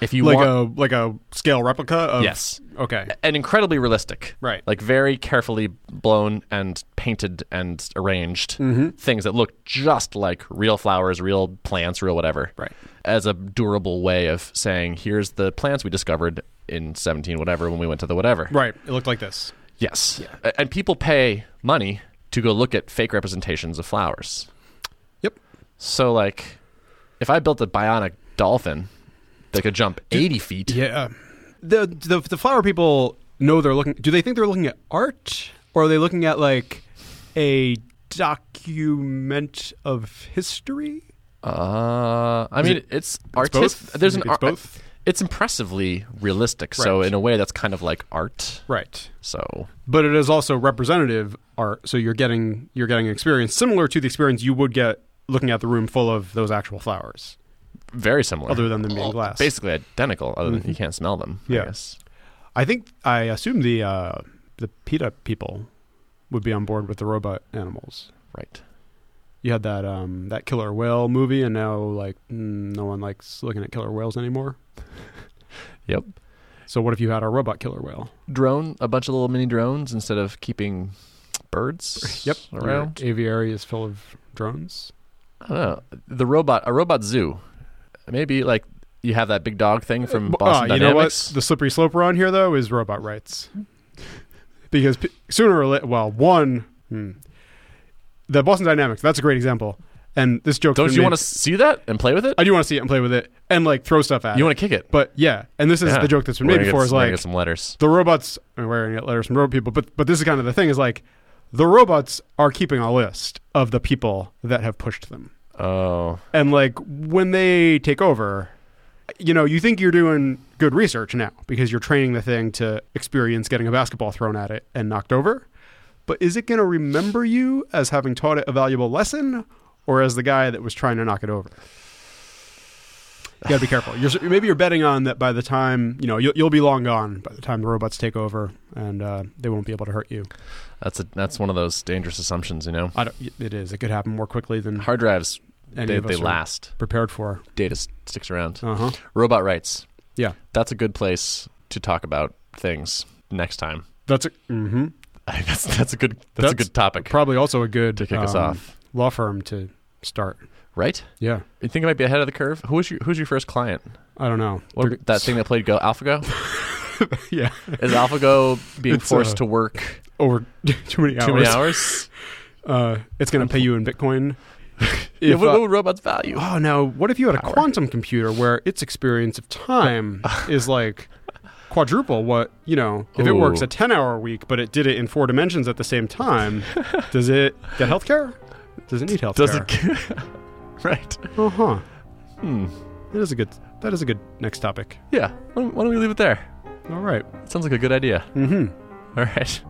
[SPEAKER 1] if you
[SPEAKER 2] Like
[SPEAKER 1] want
[SPEAKER 2] a like a scale replica of
[SPEAKER 1] yes, Uh,
[SPEAKER 2] Okay.
[SPEAKER 1] and incredibly realistic,
[SPEAKER 2] Right.
[SPEAKER 1] Like very carefully blown and painted and arranged
[SPEAKER 2] Mm-hmm.
[SPEAKER 1] things that look just like real flowers, real plants, real whatever,
[SPEAKER 2] Right.
[SPEAKER 1] As a durable way of saying, here's the plants we discovered in 17 whatever when we went to the whatever,
[SPEAKER 2] Right. It looked like this.
[SPEAKER 1] Yes. A- And people pay money to go look at fake representations of flowers.
[SPEAKER 2] Yep.
[SPEAKER 1] So, like, if I built a bionic dolphin that could jump 80 feet,
[SPEAKER 2] Yeah. The the the flower people know they're looking do they think they're looking at art or are they looking at like a document of history?
[SPEAKER 1] uh, I mean, it's artistic.
[SPEAKER 2] both?
[SPEAKER 1] There's
[SPEAKER 2] You
[SPEAKER 1] an
[SPEAKER 2] think
[SPEAKER 1] ar-
[SPEAKER 2] it's both?
[SPEAKER 1] It's impressively realistic. So,
[SPEAKER 2] Right.
[SPEAKER 1] in a way, that's kind of like art.
[SPEAKER 2] Right.
[SPEAKER 1] So,
[SPEAKER 2] But it is also representative art, so you're getting you're getting an experience similar to the experience you would get looking at the room full of those actual flowers,
[SPEAKER 1] very similar.
[SPEAKER 2] other than them being glass. Mm-hmm.
[SPEAKER 1] Basically identical, other than you can't smell them. I
[SPEAKER 2] Yeah.
[SPEAKER 1] guess.
[SPEAKER 2] I think I assume the uh, the PETA people would be on board with the robot animals.
[SPEAKER 1] Right.
[SPEAKER 2] You had that um, that killer whale movie, and now like mm, no one likes looking at killer whales anymore.
[SPEAKER 1] Yep.
[SPEAKER 2] So what if you had a robot killer whale?
[SPEAKER 1] Drone, a bunch of little mini drones instead of keeping birds
[SPEAKER 2] Yep,
[SPEAKER 1] around.
[SPEAKER 2] Your aviary is full of drones.
[SPEAKER 1] I don't know. The robot, a robot zoo. Maybe like you have that big dog thing from Boston
[SPEAKER 2] Uh, you know what?
[SPEAKER 1] Dynamics.
[SPEAKER 2] The slippery slope around here, though, is robot rights. Because p- sooner or later, well, one, hmm, the Boston Dynamics, that's a great example. And this joke.
[SPEAKER 1] Don't you want to see that and play with it?
[SPEAKER 2] I do want to see it and play with it and like throw stuff at
[SPEAKER 1] you
[SPEAKER 2] it.
[SPEAKER 1] want to kick it?
[SPEAKER 2] but yeah, and this is
[SPEAKER 1] Yeah.
[SPEAKER 2] the joke that's been
[SPEAKER 1] We're gonna
[SPEAKER 2] made
[SPEAKER 1] get
[SPEAKER 2] before is
[SPEAKER 1] some- we're gonna
[SPEAKER 2] like
[SPEAKER 1] get some letters.
[SPEAKER 2] the robots, I'm wearing it letters from robot people, but, but this is kind of the thing is like the robots are keeping a list of the people that have pushed them.
[SPEAKER 1] Oh,
[SPEAKER 2] And like when they take over, you know, you think you're doing good research now because you're training the thing to experience getting a basketball thrown at it and knocked over. But is it going to remember you as having taught it a valuable lesson or as the guy that was trying to knock it over? You got to be careful. You're, maybe you're betting on that by the time, you know, you'll, you'll be long gone by the time the robots take over and uh, they won't be able to hurt you.
[SPEAKER 1] that's a, that's one of those dangerous assumptions. You know,
[SPEAKER 2] I don't, it is. It could happen more quickly than
[SPEAKER 1] hard drives
[SPEAKER 2] any
[SPEAKER 1] they,
[SPEAKER 2] of us
[SPEAKER 1] they
[SPEAKER 2] are
[SPEAKER 1] last.
[SPEAKER 2] prepared for.
[SPEAKER 1] Data s- sticks around.
[SPEAKER 2] Uh huh.
[SPEAKER 1] Robot rights.
[SPEAKER 2] Yeah.
[SPEAKER 1] That's a good place to talk about things next time.
[SPEAKER 2] That's a, mm-hmm.
[SPEAKER 1] that's that's a good that's, a
[SPEAKER 2] That's
[SPEAKER 1] good topic
[SPEAKER 2] probably also a good
[SPEAKER 1] to kick us
[SPEAKER 2] um,
[SPEAKER 1] off,
[SPEAKER 2] law firm to start.
[SPEAKER 1] right?
[SPEAKER 2] Yeah,
[SPEAKER 1] You think I might be ahead of the curve? Who was your who's your first client?
[SPEAKER 2] I don't know.
[SPEAKER 1] What, that thing that played Go AlphaGo?
[SPEAKER 2] yeah,
[SPEAKER 1] Is AlphaGo being
[SPEAKER 2] It's,
[SPEAKER 1] forced
[SPEAKER 2] uh,
[SPEAKER 1] to work
[SPEAKER 2] over too many hours.
[SPEAKER 1] too many hours?
[SPEAKER 2] Uh, it's going to pay you in Bitcoin.
[SPEAKER 1] Yeah,
[SPEAKER 2] If,
[SPEAKER 1] what,
[SPEAKER 2] uh,
[SPEAKER 1] what would robots value?
[SPEAKER 2] oh no! What if you had a
[SPEAKER 1] Power.
[SPEAKER 2] quantum computer where its experience of time is like quadruple what you know? If it works
[SPEAKER 1] Ooh.
[SPEAKER 2] a ten-hour week, but it did it in four dimensions at the same time, does it get healthcare? Does it need
[SPEAKER 1] Does
[SPEAKER 2] healthcare?
[SPEAKER 1] it? right.
[SPEAKER 2] Uh huh.
[SPEAKER 1] Hmm.
[SPEAKER 2] That is a good. That is a good next topic.
[SPEAKER 1] Yeah. Why don't, why don't we leave it there?
[SPEAKER 2] All right.
[SPEAKER 1] Sounds like a good idea.
[SPEAKER 2] Mm-hmm.
[SPEAKER 1] All right.